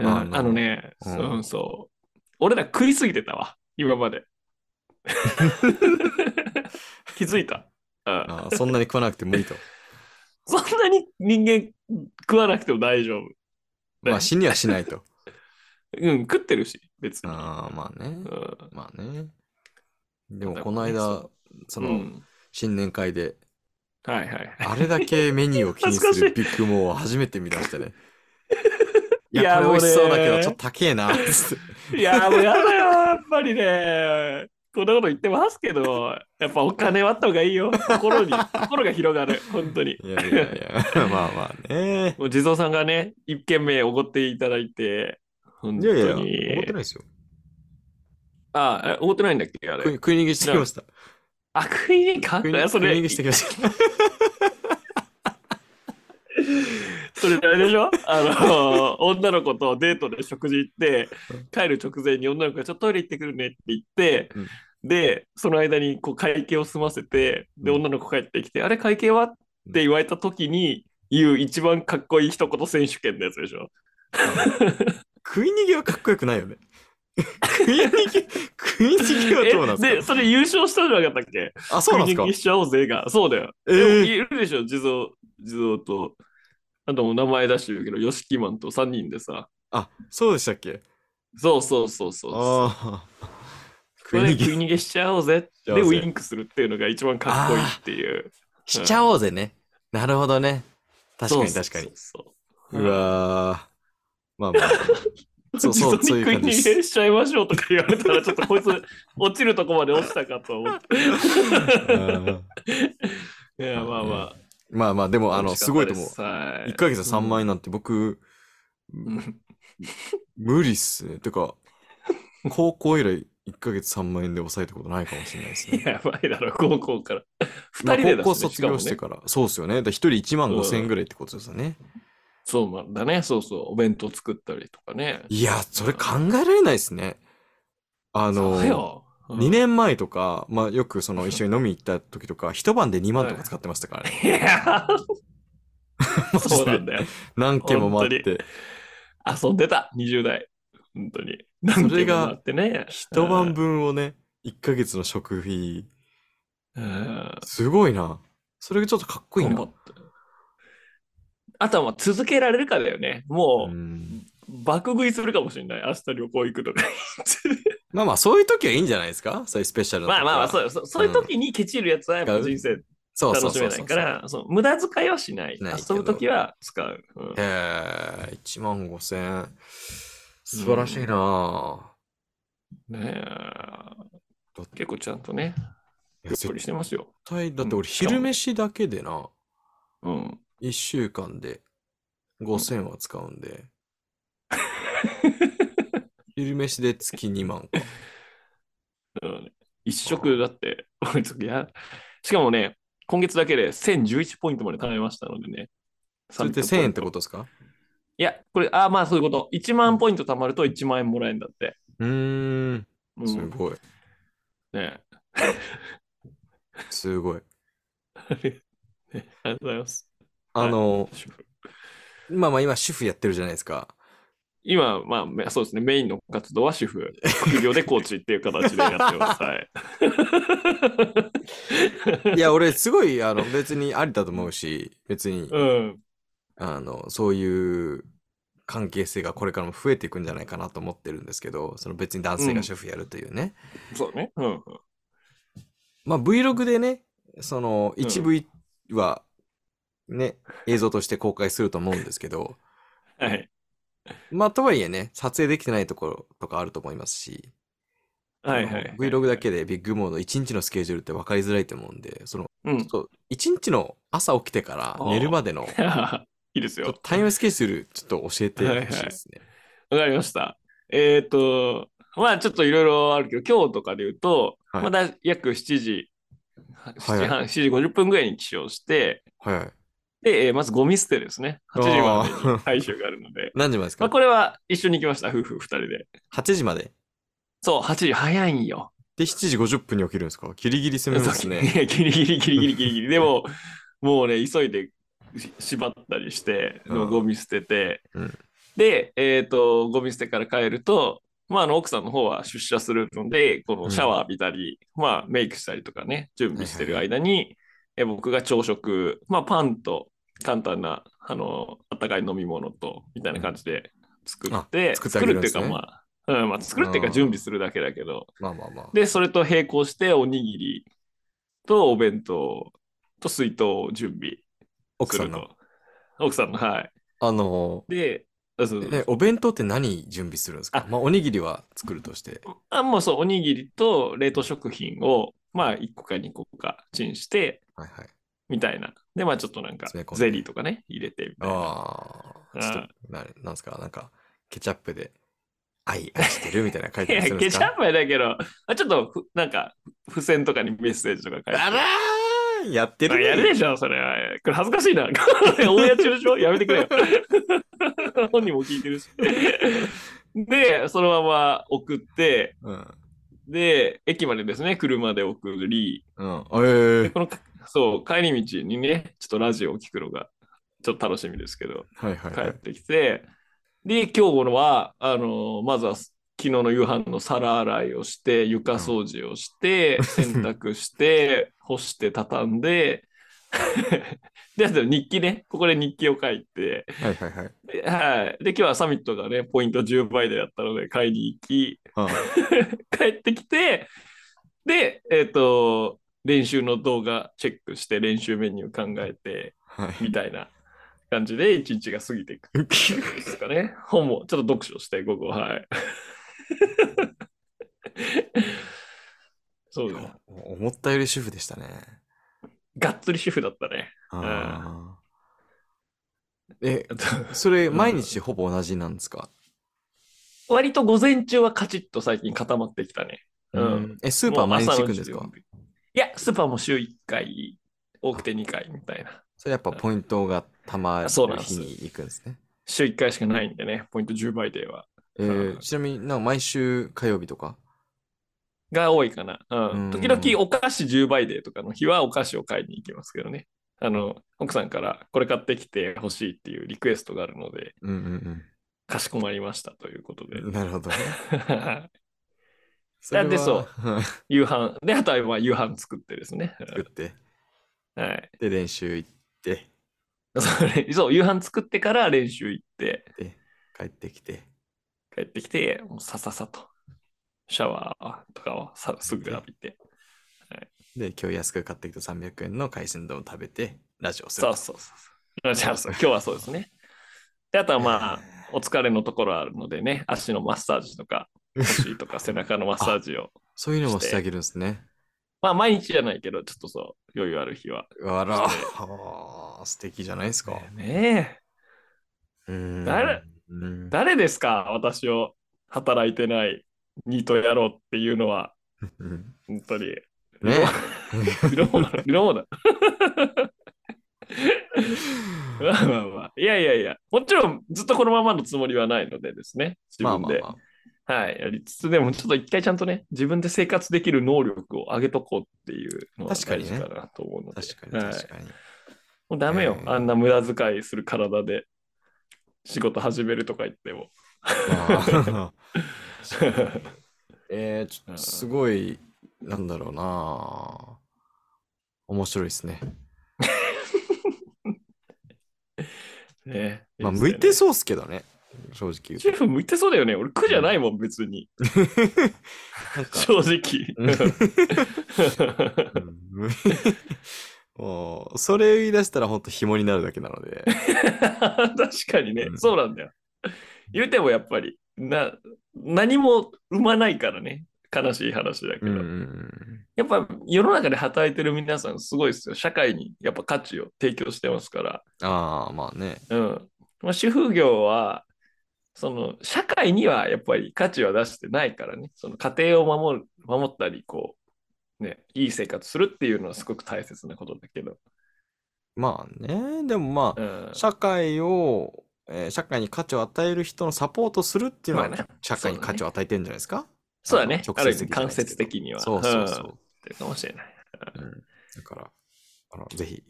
Speaker 1: うん
Speaker 2: あの
Speaker 1: あのね、
Speaker 2: うん
Speaker 1: そうそう。俺ら食いすぎてたわ、今ま
Speaker 2: <laughs>
Speaker 1: で。気づいた。うん
Speaker 2: あーそんなに食わなくてもいい
Speaker 1: <laughs>
Speaker 2: と。
Speaker 1: そんなに人間食わなくても大丈夫。
Speaker 2: まあ死にはしな
Speaker 1: <laughs>
Speaker 2: いと。
Speaker 1: うん、食ってるし、別に。
Speaker 2: ああ、まあね
Speaker 1: う。ん
Speaker 2: まあね。でもこの間、その、
Speaker 1: うん
Speaker 2: 新年会で、
Speaker 1: はいはい。
Speaker 2: あれだけメニューを気にす
Speaker 1: 恥ず
Speaker 2: る
Speaker 1: か
Speaker 2: ビッグモーを初めて見まし
Speaker 1: <laughs>
Speaker 2: たね。い
Speaker 1: い
Speaker 2: や、
Speaker 1: や
Speaker 2: これ美味しそうだけ
Speaker 1: もう
Speaker 2: ど、
Speaker 1: ね
Speaker 2: ちょっと高え
Speaker 1: <laughs>
Speaker 2: な。つって
Speaker 1: いやーもうやだよ、やっぱりね。こんなこと言ってますけど、やっぱお金はあった方がいいよ。心に、心が広がる、本当に。
Speaker 2: いやいやいや、まあまあね。
Speaker 1: もう地蔵さんがね、一軒目おごっていただいて、本
Speaker 2: いやいや、
Speaker 1: 当
Speaker 2: 思っ
Speaker 1: に。
Speaker 2: てないですよ。
Speaker 1: あえおごってないんだっけあ
Speaker 2: 食い
Speaker 1: れ。
Speaker 2: 食い逃げしてきました。
Speaker 1: あ、食いにか
Speaker 2: 食い逃げ
Speaker 1: そ
Speaker 2: 食い逃
Speaker 1: れ
Speaker 2: げ、してきました。
Speaker 1: それあれでしょあのー、 <laughs> 女の子とデートで食事行って、帰る直前に女の子がちょっとトイレ行ってくるねって言って、
Speaker 2: うん
Speaker 1: で、その間にこう会計を済ませて、で、
Speaker 2: うん
Speaker 1: 女の子帰ってきて、あれ会計はって言われた時に言う一番かっこいい一言選手権のやつで
Speaker 2: <laughs>
Speaker 1: しょ
Speaker 2: 食い逃げはかっこよくないよね。食い逃げ、食い逃げはどうなん
Speaker 1: え
Speaker 2: で
Speaker 1: で、
Speaker 2: す
Speaker 1: それ優勝したんじゃなかったっけ
Speaker 2: かあ、そうなんですか
Speaker 1: 食い逃げしちゃおうぜが。そうだよ。
Speaker 2: え
Speaker 1: でも
Speaker 2: ー
Speaker 1: いるでしょ、地蔵、地蔵と。あともう名前出してるけど、ヨシキマンと3人でさ。
Speaker 2: あ、そうでしたっけ
Speaker 1: そうそうそうそうそう。
Speaker 2: ああ。
Speaker 1: こ
Speaker 2: 食い
Speaker 1: れ
Speaker 2: 逃
Speaker 1: 食
Speaker 2: げ
Speaker 1: い逃げしちゃおうぜ。
Speaker 2: しち
Speaker 1: で、
Speaker 2: ゃおう
Speaker 1: ウ
Speaker 2: ぜ
Speaker 1: インクするっていうのが一番かっこいいっていう。
Speaker 2: しちゃおうぜね。なるほどね。確かに
Speaker 1: そう
Speaker 2: 確かに。。
Speaker 1: そうそう
Speaker 2: わー。まあまあ。そうそう、
Speaker 1: 自
Speaker 2: そう
Speaker 1: 動
Speaker 2: いう
Speaker 1: に
Speaker 2: 感
Speaker 1: 食い
Speaker 2: じ
Speaker 1: 逃
Speaker 2: です。
Speaker 1: げしちゃいましょうとか言われたら、ちょっとこいつ落ちるとこまで落ちたかと思って。
Speaker 2: うん
Speaker 1: いや、まあま
Speaker 2: まあまあ、でも、
Speaker 1: あ。
Speaker 2: あの、すごいと思う。
Speaker 1: はい
Speaker 2: 1。ヶ月で3万円なんて僕、
Speaker 1: うん
Speaker 2: 無理っすね。てか、高校以来1ヶ月3万円で抑えたことないかもしれないですね。
Speaker 1: やばいだろ、高校から。
Speaker 2: ま
Speaker 1: 二
Speaker 2: あ
Speaker 1: 人で
Speaker 2: 高
Speaker 1: だ
Speaker 2: 校
Speaker 1: しね、し
Speaker 2: 卒
Speaker 1: かも
Speaker 2: 業
Speaker 1: ね
Speaker 2: してから。そうっすよね。だ1人1万5千円ぐらいってことですよね。
Speaker 1: そうなんだね、そうそう。お弁当作ったりとかね。
Speaker 2: いや、それ考えられないですね。あ
Speaker 1: そう
Speaker 2: の、
Speaker 1: よ。
Speaker 2: 2年前とか、まあよくその一緒に飲み行った時とか、一晩で2万とか使ってましたからね。
Speaker 1: い
Speaker 2: <laughs>
Speaker 1: や、
Speaker 2: マジで
Speaker 1: そうなんだよ。
Speaker 2: 何件も回って。
Speaker 1: 遊んでた、20代。本当に。何
Speaker 2: それ
Speaker 1: 件も
Speaker 2: が
Speaker 1: なってね。
Speaker 2: 一晩分をね、1ヶ月の食費、
Speaker 1: うん。うん
Speaker 2: すごいな。それがちょっとかっこいい
Speaker 1: 頑
Speaker 2: な
Speaker 1: 張。ったあとはまあ続けられるかだよね。もう、
Speaker 2: うん
Speaker 1: 爆食いするかもしれない。明日旅行行くとか。
Speaker 2: まあまあ、 <laughs> そういう時はいいんじゃないですかそういうスペシャルな時
Speaker 1: まあまあ
Speaker 2: は
Speaker 1: まあそう、そそういう時にケチるやつはやっぱ人生
Speaker 2: そう
Speaker 1: 楽
Speaker 2: そう
Speaker 1: し
Speaker 2: そ
Speaker 1: め
Speaker 2: う
Speaker 1: な
Speaker 2: そ
Speaker 1: いうから、そう無駄遣いはしない。
Speaker 2: ないけど
Speaker 1: 遊ぶ時は使う。うん
Speaker 2: へえ、1万5千円。素晴らしいなぁ。
Speaker 1: ねえ
Speaker 2: だっ
Speaker 1: 結構ちゃんとね、
Speaker 2: い
Speaker 1: ゆっ
Speaker 2: や
Speaker 1: く
Speaker 2: 絶
Speaker 1: りしてますよ。
Speaker 2: 対、だって
Speaker 1: うん
Speaker 2: 俺昼飯だけでな、
Speaker 1: うん。
Speaker 2: 1週間で5000は使うんで。昼飯で月2万 <laughs> か。
Speaker 1: うん一食だって、俺ちょっとやしかもね、今月だけで1011ポイントまで貯めましたのでね。
Speaker 2: それって1000円ってこととですか
Speaker 1: いや、これ、ああ、まあそういうこと。1万ポイント貯まると1万円もらえるんだって。
Speaker 2: うーん、
Speaker 1: うん、
Speaker 2: すごい。
Speaker 1: ね
Speaker 2: すごい。
Speaker 1: えありがとうございます。
Speaker 2: あの、
Speaker 1: 主婦
Speaker 2: まあまあ今主婦やってるじゃないですか。
Speaker 1: 今、まあめ、そうですね、メインの活動は主婦、副業でコーチっていう形でやって
Speaker 2: <laughs>
Speaker 1: ます。はい。
Speaker 2: いや、俺すごい、あの、別にありだと思うし、別に、
Speaker 1: うん。
Speaker 2: あの、そういう関係性がこれからも増えていくんじゃないかなと思ってるんですけど、その別に男性が主婦やるというね。
Speaker 1: そうね。うん。
Speaker 2: まあ Vlog でね、その
Speaker 1: うん
Speaker 2: 一部はね、映像として公開すると思うんですけど、
Speaker 1: はい。
Speaker 2: まあとはいえね、撮影できてないところとかあると思いますし、
Speaker 1: はい
Speaker 2: あの
Speaker 1: はいはい。
Speaker 2: Vlog だけでビッグモード1日のスケジュールって分かりづらいと思うんで、その、
Speaker 1: うん。い
Speaker 2: ちょっと1日の朝起きてから寝るまでの
Speaker 1: や <laughs> いいですよ。
Speaker 2: タイムスケジュールちょっと教えてほしいですね。
Speaker 1: わかりました。えっ、と、まあちょっといろいろあるけど、今日とかで言うと、
Speaker 2: はい
Speaker 1: まあだ約7時、
Speaker 2: い
Speaker 1: 7時半、7時50分ぐらいに起床して、
Speaker 2: はいはい。
Speaker 1: で、えーまずゴミ捨てですね。8時まで
Speaker 2: あ
Speaker 1: に
Speaker 2: ー。
Speaker 1: 回収があるので
Speaker 2: 何時までです
Speaker 1: まあ
Speaker 2: か
Speaker 1: これは一緒に行きました、夫婦2人で。
Speaker 2: ?8 時まで。
Speaker 1: そう、8時早いんよ。
Speaker 2: で、7時50分に起きるんですかギリギリ攻めま
Speaker 1: <laughs>
Speaker 2: すね。
Speaker 1: そうギリギリギリギリギリ
Speaker 2: <laughs>
Speaker 1: ギリ。でも、もうね、急いでし縛ったりして、
Speaker 2: うん
Speaker 1: ゴミ捨てて、
Speaker 2: うん
Speaker 1: で、えっ、と、ゴミ捨てから帰ると、まあ、あの奥さんの方は出社するので、このシャワー浴びたり、まあ、メイクしたりとかね、準備してる間に、え僕が朝食、まあ、パンと簡単な、あの、あったかい飲み物と、みたいな感じで作って、
Speaker 2: あ作ってあげる
Speaker 1: 作るっ
Speaker 2: んで
Speaker 1: ていう
Speaker 2: すね
Speaker 1: か、まあ、うんまあ、作るっていう
Speaker 2: う
Speaker 1: か
Speaker 2: ん
Speaker 1: 準備するだけだけど、
Speaker 2: まあまあまあ。
Speaker 1: <laughs> で、それと並行して、おにぎりとお弁当と水筒を準備
Speaker 2: 奥
Speaker 1: す
Speaker 2: さ
Speaker 1: る
Speaker 2: んの。
Speaker 1: と。奥さんの、はい。
Speaker 2: あの
Speaker 1: で、あそうそう
Speaker 2: ー、ね、お弁当って何準備するんですか
Speaker 1: あ
Speaker 2: まあ、おにぎりは作るとして。
Speaker 1: あ、もうそう、おにぎりと冷凍食品を、まあ、1個か2個かチンして、
Speaker 2: はいはい。
Speaker 1: みたいな。で、まあ、ちょっとなんか
Speaker 2: 詰め込ん、で
Speaker 1: ゼリーとかね、入れて、みたいな。
Speaker 2: あ
Speaker 1: う
Speaker 2: あ、
Speaker 1: ん
Speaker 2: ちょっと、ななんですかなんか、ケチャップで愛、愛してるみたいなの書い
Speaker 1: い
Speaker 2: て
Speaker 1: や
Speaker 2: あるんで
Speaker 1: ケ
Speaker 2: す
Speaker 1: チ
Speaker 2: か
Speaker 1: ャップやだけど、あちょっとふ、なんか、付箋とかにメッセージとか書いて。
Speaker 2: あらーやってる、ね、
Speaker 1: やるでしょ、それは。これ恥ずかしいな。 <laughs> オンエア中でしょやめてくれよ。 <laughs> 本人も聞いてるし。
Speaker 2: <laughs>
Speaker 1: で、そのまま送って、
Speaker 2: うん。
Speaker 1: で、駅までですね、車で送り、
Speaker 2: うん。ええ
Speaker 1: でこのそう、帰り道にね、ちょっとラジオを聞くのが、ちょっと楽しみですけど、
Speaker 2: はいはい
Speaker 1: 帰
Speaker 2: は
Speaker 1: っ
Speaker 2: い。
Speaker 1: てきて、で、今日のは、あの、まずは、昨日の夕飯の皿洗いをして、床掃除をして、洗濯
Speaker 2: <laughs>
Speaker 1: して、干して畳んで、 <laughs> で、あと日記ね、ここで日記を書いて、
Speaker 2: はいはいはい。
Speaker 1: ではい。で、今日はサミットがね、ポイント10倍でやったので、買いに行き、
Speaker 2: うん
Speaker 1: 帰ってきて、で、えっ、と、練習の動画チェックして、練習メニュー考えて、
Speaker 2: はい。
Speaker 1: みたいな感じで、一日が過ぎていくんですかね。本も、ちょっと読書して、午後、はい。 <laughs> そうだ。
Speaker 2: 思ったより主婦でしたね。
Speaker 1: がっつり主婦だったね。
Speaker 2: あーえ、
Speaker 1: あと
Speaker 2: それ、毎日ほぼ同じなんですか、
Speaker 1: 割と午前中はカチッと最近固まってきたね。うん。
Speaker 2: え、スーパー毎日行くんです
Speaker 1: もう朝
Speaker 2: か
Speaker 1: の準備いや、スーパーも週1回、多くて2回みたいな。
Speaker 2: それやっぱポイントがたまる
Speaker 1: そうなんです
Speaker 2: 日に行くんですね。
Speaker 1: 週1回しかないんでね、ポイント10倍デーは。
Speaker 2: え
Speaker 1: うん
Speaker 2: ー、ちなみになんか毎週火曜日とか。
Speaker 1: が多いかな。う
Speaker 2: うん
Speaker 1: ん。時々お菓子10倍デーとかの日はお菓子を買いに行きますけどね。あの、奥さんからこれ買ってきてほしいっていうリクエストがあるので、
Speaker 2: うんうんうん。
Speaker 1: かしこまりましたということで。 <laughs>
Speaker 2: なるほどね。そ
Speaker 1: だってそう
Speaker 2: れは。 <laughs>
Speaker 1: 夕飯。で、あとはまあ夕飯作ってですね。
Speaker 2: 作って、
Speaker 1: はい。
Speaker 2: で、練習行って、
Speaker 1: それそう、夕飯作ってから練習行って、
Speaker 2: 帰ってきて、
Speaker 1: 帰ってきて、もうさささと。シャワーとかをさすぐ浴びて。
Speaker 2: で、今日安く買ってきた300円の海鮮丼を食べて、ラジオする
Speaker 1: そうそ
Speaker 2: と。
Speaker 1: うそうそう。じゃあ、そう今日はそうですね。で、あとはまあ、お疲れのところあるのでね、足のマッサージとか、腰 <laughs> とか背中のマッサージを。
Speaker 2: そういうのもしてあげるんですね。
Speaker 1: まあ、毎日じゃないけど、ちょっとそう、余裕ある日は。
Speaker 2: あら、
Speaker 1: して
Speaker 2: あー素敵じゃないですか。
Speaker 1: ねえ。
Speaker 2: うーん
Speaker 1: 誰 <laughs>
Speaker 2: うん
Speaker 1: 誰ですか私を働いてないニート野郎っていうのは、
Speaker 2: うん
Speaker 1: 本当に。
Speaker 2: ね
Speaker 1: グローだ。グロー
Speaker 2: <laughs>
Speaker 1: だ。まあまあまあ。いやいやいや、もちろんずっとこのままのつもりはないのでですね。自
Speaker 2: まあ
Speaker 1: 分
Speaker 2: ま
Speaker 1: で。
Speaker 2: あま
Speaker 1: はい。やりつつ、でもちょっと一回ちゃんとね、自分で生活できる能力を上げとこうっていうのが
Speaker 2: 確か
Speaker 1: 大
Speaker 2: にね
Speaker 1: 事かなと思うの
Speaker 2: あ、
Speaker 1: で。
Speaker 2: 確かに
Speaker 1: はい
Speaker 2: 確かに。
Speaker 1: もうダメよ、
Speaker 2: うん
Speaker 1: あんな無駄遣いする体で仕事始めるとか言っても。
Speaker 2: まあえー、ちょっとすごい、なんだろうな面白いですね。
Speaker 1: <laughs> ね、
Speaker 2: まあ、向いてそうっすけどね。正直言
Speaker 1: シ
Speaker 2: う
Speaker 1: ェフ向いてそうだよね。俺苦じゃないもん、別に。正直。 <laughs>
Speaker 2: と。うん <laughs> もう、それ言い出したら本当紐になるだけなの
Speaker 1: <laughs>
Speaker 2: で。
Speaker 1: 確かにね、
Speaker 2: うん
Speaker 1: そうなんだよ。言うてもやっぱり、な、何も生まないからね。悲しい話だけど。
Speaker 2: うんうんうん
Speaker 1: やっぱ世の中で働いてる皆さんすごいですよ。社会にやっぱ価値を提供してますから。
Speaker 2: ああ、まあね。
Speaker 1: うん。まあ、主婦業は、その社会にはやっぱり価値は出してないからね。その家庭を守る、守ったり、こう、ね、いい生活するっていうのはすごく大切なことだけど。
Speaker 2: まあね。でもま
Speaker 1: う
Speaker 2: あ、
Speaker 1: ん。
Speaker 2: 社会を、えー社会に価値を与える人のサポートするっていうのは、
Speaker 1: まあね
Speaker 2: 社会に価値を与えてるんじゃないですか
Speaker 1: そうだね。
Speaker 2: あの
Speaker 1: あ
Speaker 2: 直
Speaker 1: る
Speaker 2: 接
Speaker 1: 意味
Speaker 2: 的じゃない
Speaker 1: 間
Speaker 2: ですけど
Speaker 1: 接的には。
Speaker 2: そうそうそ
Speaker 1: んっ
Speaker 2: う。
Speaker 1: ていうかもしれない。
Speaker 2: うんだから、あのぜひ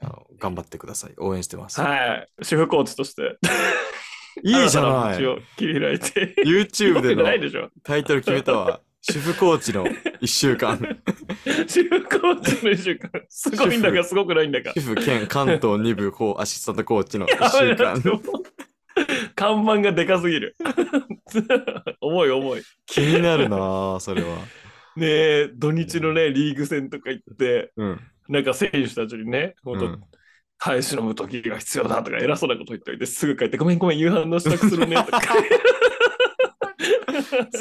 Speaker 2: あの、頑張ってください。応援してます。
Speaker 1: はい。主婦コーチとして。
Speaker 2: いいじゃ
Speaker 1: 新
Speaker 2: ない
Speaker 1: た道を切り開いて。
Speaker 2: !YouTube で
Speaker 1: よく <laughs>
Speaker 2: の
Speaker 1: ないでしょ。
Speaker 2: タイトル決め
Speaker 1: <laughs>
Speaker 2: たわ。主婦コーチの1週間。
Speaker 1: 主婦コーチの一週間。すごいんだかすごくないんだか
Speaker 2: 主。婦兼関東2部こうアシスタントコーチの1週
Speaker 1: <laughs>
Speaker 2: 間。
Speaker 1: 看板がでかすぎる。 <laughs> 重い重い。
Speaker 2: 気になるなあそれは。
Speaker 1: ねえ、土日のね、リーグ戦とか行って、
Speaker 2: うん。
Speaker 1: なんか選手たちにね、ほん
Speaker 2: う
Speaker 1: と
Speaker 2: ん、
Speaker 1: 耐え忍ぶ時が必要だとか偉そうなこと言っておいて、すぐ帰って、ごめんごめん、夕飯の支度するね
Speaker 2: <laughs>
Speaker 1: とか。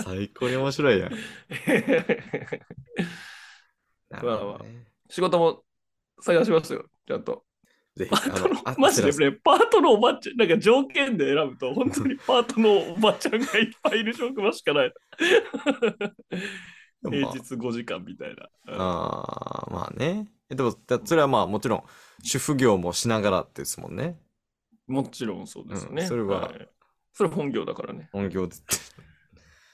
Speaker 2: 最高に面白いやん。な
Speaker 1: まあまあ
Speaker 2: るほどね
Speaker 1: 仕事も探しますよ、ちゃんと。
Speaker 2: ぜひ、
Speaker 1: パートの
Speaker 2: あ、の、
Speaker 1: マジ
Speaker 2: あちら
Speaker 1: でね、パートのおばちゃん、なんか条件で選ぶと、本当にパートのおばちゃんがいっぱいいる職場しかない。
Speaker 2: でも
Speaker 1: 平
Speaker 2: まあ
Speaker 1: 日5時間みたいな。
Speaker 2: あーまあね。えでも、だそれはまあもちろん、主婦業もしながらですもんね。
Speaker 1: もちろんそうですね。
Speaker 2: うんそれはい
Speaker 1: それ本業だからね。
Speaker 2: 本業で。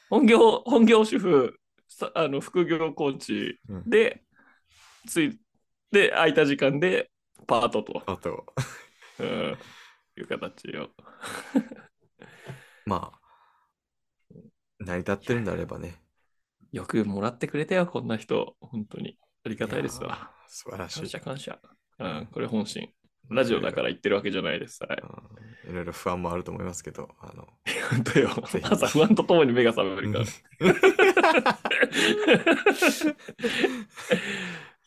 Speaker 1: 本業、本業主婦、さあの副業コーチ
Speaker 2: うん
Speaker 1: で、つい、で、空いた時間でパートと、
Speaker 2: あと、
Speaker 1: うんいう形を。
Speaker 2: まあ、成り立ってるんであればね。
Speaker 1: よくもらってくれたよ、こんな人。本当に。ありがたいです
Speaker 2: いや
Speaker 1: わ。
Speaker 2: 素晴らしい。
Speaker 1: 感謝感謝。うん、これ本心。ラジオだから言ってるわけじゃ <laughs> ないです。はい。
Speaker 2: うんいろいろ不安もあると思いますけど、あの、
Speaker 1: 本当よ
Speaker 2: ぜ。ひ
Speaker 1: 朝不安とともに目が覚めるから。 <laughs>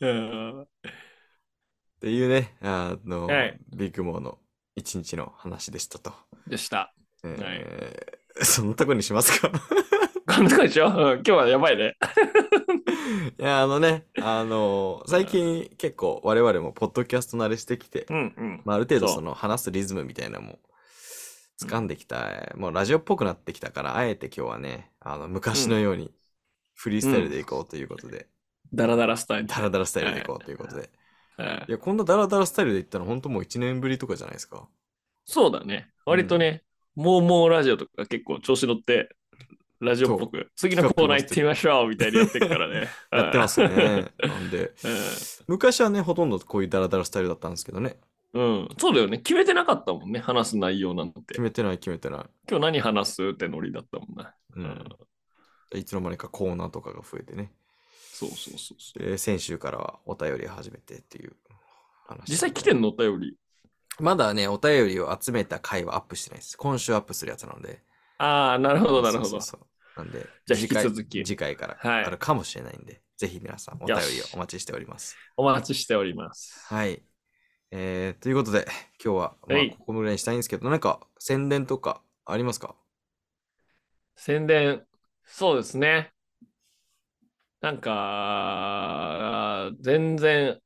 Speaker 1: うん
Speaker 2: っていうね、あの、
Speaker 1: はい
Speaker 2: ビッグモーの一日の話でしたと。
Speaker 1: でした。
Speaker 2: えーそんなとこにしますか <laughs>
Speaker 1: こんなとこでしょ、うん、今日はやばいね。
Speaker 2: いや、あのね、あの、最近結構我々もポッドキャスト慣れしてきて、
Speaker 1: うんうん。
Speaker 2: まあ、ある程度
Speaker 1: そう
Speaker 2: その話すリズムみたいなのも掴んできた、もうラジオっぽくなってきたから、あえて今日はね、あの昔のようにフリースタイルでいこうということで、
Speaker 1: ダラダラスタイル。
Speaker 2: ダラダラスタイルでいこうということで。
Speaker 1: はい
Speaker 2: いや、こんなダラダラスタイルでいったの本当もう1年ぶりとかじゃないですか。。
Speaker 1: そうだね。割とね、もうもうラジオとか結構調子乗って、ラジオっぽく、次のコーナー行ってみましょうみたい <laughs> にやってるからね
Speaker 2: やってますよね。なんで、
Speaker 1: うん。
Speaker 2: 昔はね、ほとんどこういうダラダラスタイルだったんですけどね。
Speaker 1: うん。そうだよね。決めてなかったもんね。話す内容なんて
Speaker 2: 決。めてない決めてない。
Speaker 1: 今日何話すってノリだったもんな。
Speaker 2: うん。いつの間にかコーナーとかが増えてね。
Speaker 1: そうそうそうそう。
Speaker 2: で先週からはお便り始めてっていう話。
Speaker 1: 実際来てんのお便り。
Speaker 2: まだね、お便りを集めた回はアップしてないです。今週アップするやつなので。
Speaker 1: ああ、なるほど、なるほ
Speaker 2: そ
Speaker 1: ど
Speaker 2: う。そうそうなんで、
Speaker 1: じゃあ引き続き
Speaker 2: 次回次回から
Speaker 1: はい
Speaker 2: あるかもしれないんで、ぜひ皆さんお便りをお待ちしております。
Speaker 1: お待ちしております。
Speaker 2: はい。えー、ということで、今日は、まあ
Speaker 1: はい、
Speaker 2: ここのぐらいにしたいんですけど、なんか宣伝とかありますか
Speaker 1: 宣伝、そうですね。なんか、あー全然、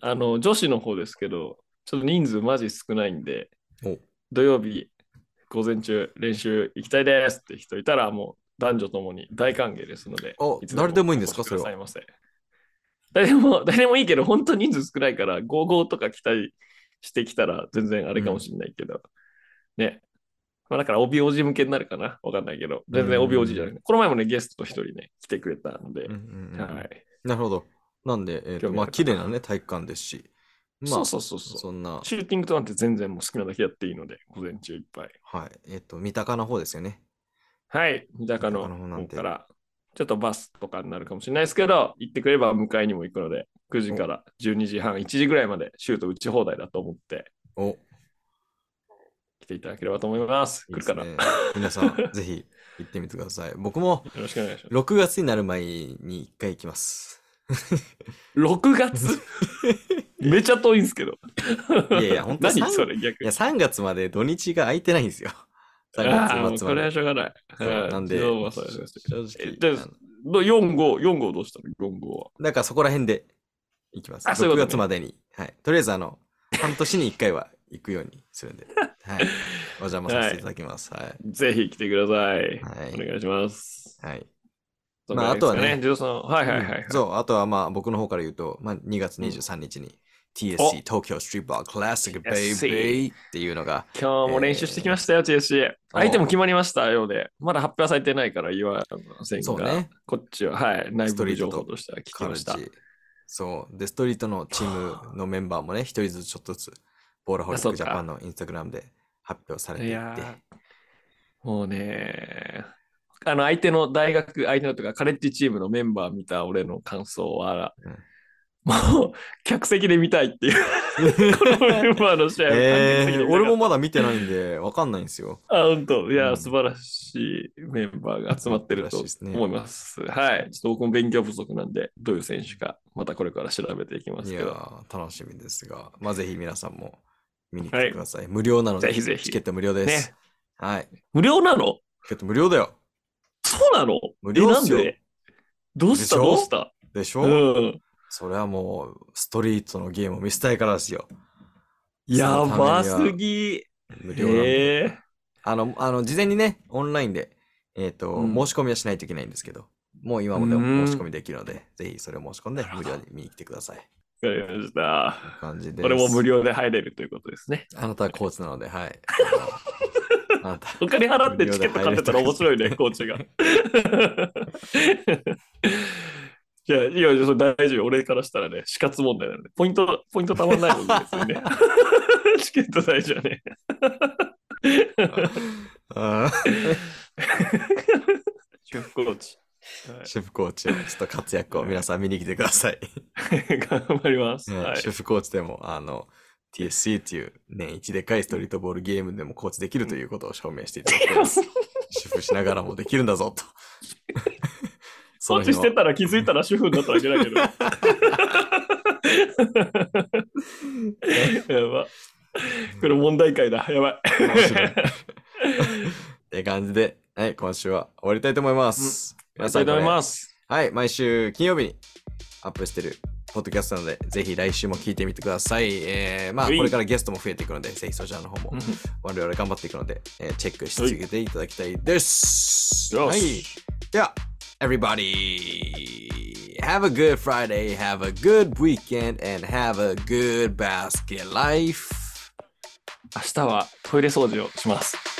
Speaker 1: あの、女子の方ですけど、ちょっと人数マジ少ないんで、
Speaker 2: お
Speaker 1: 土曜日午前中練習行きたいですって人いたら、もう男女ともに大歓迎ですので
Speaker 2: お、
Speaker 1: いつ
Speaker 2: 誰でもいいんですか
Speaker 1: お越しくださ
Speaker 2: それ
Speaker 1: ませ誰でも、 <laughs> 誰でもいいけど、本当人数少ないから、55とか期待してきたら全然あれかもしれないけど、ね。まあだから、帯おじ向けになるかなわかんないけど、全然帯おじじゃなくて、この前もね、ゲスト一人ね、来てくれたので
Speaker 2: うん、うんうん
Speaker 1: はい。
Speaker 2: なるほど。なんで、え
Speaker 1: 興
Speaker 2: ーと
Speaker 1: 味
Speaker 2: ま
Speaker 1: あ
Speaker 2: あ、
Speaker 1: る
Speaker 2: 綺
Speaker 1: 方
Speaker 2: 麗なね、体育館ですし、まあ、
Speaker 1: そうそうそうそう。
Speaker 2: そんな、
Speaker 1: シューティングとなんて全然もう好きなだけやっていいので、午前中いっぱい。
Speaker 2: はい。えっ、と、三鷹の方ですよね。
Speaker 1: はい、三鷹の
Speaker 2: 三鷹の方なん
Speaker 1: 方
Speaker 2: て
Speaker 1: から、ちょっとバスとかになるかもしれないですけど、行ってくれば迎えにも行くので、9時から12時半、1時ぐらいまでシュート打ち放題だと思って
Speaker 2: お、
Speaker 1: 来ていただければと思います。
Speaker 2: いい
Speaker 1: 来
Speaker 2: で
Speaker 1: るから。
Speaker 2: すね。皆
Speaker 1: <laughs>
Speaker 2: さん、ぜひ行ってみてください。僕も
Speaker 1: よろしくお願いしま
Speaker 2: 6月になる前に一回行きます。
Speaker 1: す。6月 <laughs> めちゃ遠いんですけど。
Speaker 2: いやいや、本当は
Speaker 1: <laughs> 何
Speaker 2: 三
Speaker 1: それ逆
Speaker 2: い
Speaker 1: に
Speaker 2: や、。3月まで土日が空いてないんですよ。3
Speaker 1: あーも
Speaker 2: 月
Speaker 1: うこ
Speaker 2: 末ま
Speaker 1: れは
Speaker 2: で。
Speaker 1: しょうがない。
Speaker 2: うんなんで、
Speaker 1: どうも
Speaker 2: 正
Speaker 1: そうですえで
Speaker 2: 直、あの
Speaker 1: ど4号、4号どうしたの ?4 号は。
Speaker 2: なんかそこら辺で行きます。
Speaker 1: あそういう
Speaker 2: 6
Speaker 1: ことね
Speaker 2: 月までに。はい。とりあえず、
Speaker 1: <laughs>
Speaker 2: あの、半年に1回は行くようにするんで。はい。お邪魔させていただきます。はい。
Speaker 1: ぜひ来てください。
Speaker 2: はい
Speaker 1: お願いします。
Speaker 2: はい。
Speaker 1: そん
Speaker 2: まあ
Speaker 1: な感じ
Speaker 2: あとは
Speaker 1: で
Speaker 2: ね
Speaker 1: すかね、ジローさん。はいはいはいはい。
Speaker 2: そう、あとはまあ僕の方から言うと、まあ、2月23日に TSC 東京ストリートバークラシックベイ
Speaker 1: TSC
Speaker 2: ベイっていうのが、
Speaker 1: 今日も練習してきましたよ、TSC。相手も決まりましたようで、まだ発表されてないから言わません
Speaker 2: そう
Speaker 1: が、
Speaker 2: ね
Speaker 1: こっちは、はい、内
Speaker 2: ストリ
Speaker 1: 部
Speaker 2: ー
Speaker 1: 情
Speaker 2: トと
Speaker 1: 報としては聞き
Speaker 2: カ
Speaker 1: ま
Speaker 2: ル
Speaker 1: した。
Speaker 2: ジ。そう。で、ストリートのチームのメンバーもね、一人ずつちょっとずつ、ボーラホリックジャパンのインスタグラムで発表されて
Speaker 1: い
Speaker 2: い
Speaker 1: や
Speaker 2: って、
Speaker 1: ーもうね、あの相手の大学、相手のとかカレッジチームのメンバー見た俺の感想は、
Speaker 2: うん
Speaker 1: もう客席で見たいっていう、このメンバーの試合を観客席
Speaker 2: え
Speaker 1: で見たかっ
Speaker 2: ー、
Speaker 1: た
Speaker 2: 俺もまだ見てないん
Speaker 1: <laughs>
Speaker 2: で、わかんないんですよ。
Speaker 1: あ、本当。いうや、
Speaker 2: ん
Speaker 1: 素晴らしいメンバーが集まってると
Speaker 2: 素晴らしいですね
Speaker 1: 思います。はい。ちょっと僕も勉強不足なんで、どういう選手か、またこれから調べていきま
Speaker 2: い
Speaker 1: すけ
Speaker 2: や
Speaker 1: ど。
Speaker 2: ー、楽しみですが、まあ、ぜひ皆さんも見に来てください。無料なので、
Speaker 1: ぜひぜひ
Speaker 2: チケット無料です。
Speaker 1: ね
Speaker 2: はい。チ
Speaker 1: 無料なの
Speaker 2: ケット無料だよ。
Speaker 1: そうなの
Speaker 2: 無料
Speaker 1: え
Speaker 2: っ
Speaker 1: なん
Speaker 2: すよ
Speaker 1: でどうした
Speaker 2: でしょ
Speaker 1: どうした
Speaker 2: でし
Speaker 1: う
Speaker 2: ょ、
Speaker 1: ん。
Speaker 2: それはもう、ストリートのゲームを見せたいからですよ。
Speaker 1: やばすぎ。
Speaker 2: 無料なんで
Speaker 1: へえ。
Speaker 2: あの、あの、事前にね、オンラインで、えっ、と、
Speaker 1: うん
Speaker 2: 申し込みはしないといけないんですけど、もう今もで
Speaker 1: う
Speaker 2: も
Speaker 1: ん
Speaker 2: 申し込みできるので、ぜひそれを申し込んで、無料に見に来てください。
Speaker 1: わかりました。
Speaker 2: 感じです。
Speaker 1: 俺も無
Speaker 2: 料。
Speaker 1: 料で入れるということですね。
Speaker 2: あなたはコーチなので、はい。あのあなた。
Speaker 1: お金払ってチケット買ってたら面白いね、コーチが。 <laughs> いや、いや、それ大丈夫。俺からしたらね、死活問題なので、ポイント、ポイントたまんないので、別にね。チケット大事はね。
Speaker 2: あー
Speaker 1: 主婦コーチ。 <laughs> は
Speaker 2: シェフコーチのちょっと活躍を皆さん見に来てください。
Speaker 1: い、頑張ります。は
Speaker 2: はいい、シェフコーチでも、あの、TSC っていう年一でかいストリートボールゲームでもコーチできるということを証明していただきた
Speaker 1: <laughs>
Speaker 2: いです。主婦しながらもできるんだぞと。
Speaker 1: コーチしてたら気づいたら主婦になったわけだけど。 <laughs> やば。これ問題解だ。やばい。
Speaker 2: その日の面白い。
Speaker 1: <laughs>
Speaker 2: って感じで、はい、今週は終わりたいと思います。
Speaker 1: ありが
Speaker 2: 皆
Speaker 1: と
Speaker 2: さ
Speaker 1: うん
Speaker 2: こ
Speaker 1: ござい
Speaker 2: れ、
Speaker 1: ます。
Speaker 2: はい、毎週金曜日にアップしてるポッドキャストなので、ぜひ来週も聞いてみてください。えーまあ、こ
Speaker 1: うい
Speaker 2: れからゲストも増えていくので、ぜひそちらの方も
Speaker 1: うん
Speaker 2: 我々頑張っていくので、えーチェックし続けていただきたいです。
Speaker 1: よ
Speaker 2: はい。
Speaker 1: し
Speaker 2: では、everybody, have a good Friday, have a good weekend, and have a good basket life.
Speaker 1: 明日はトイレ掃除をします。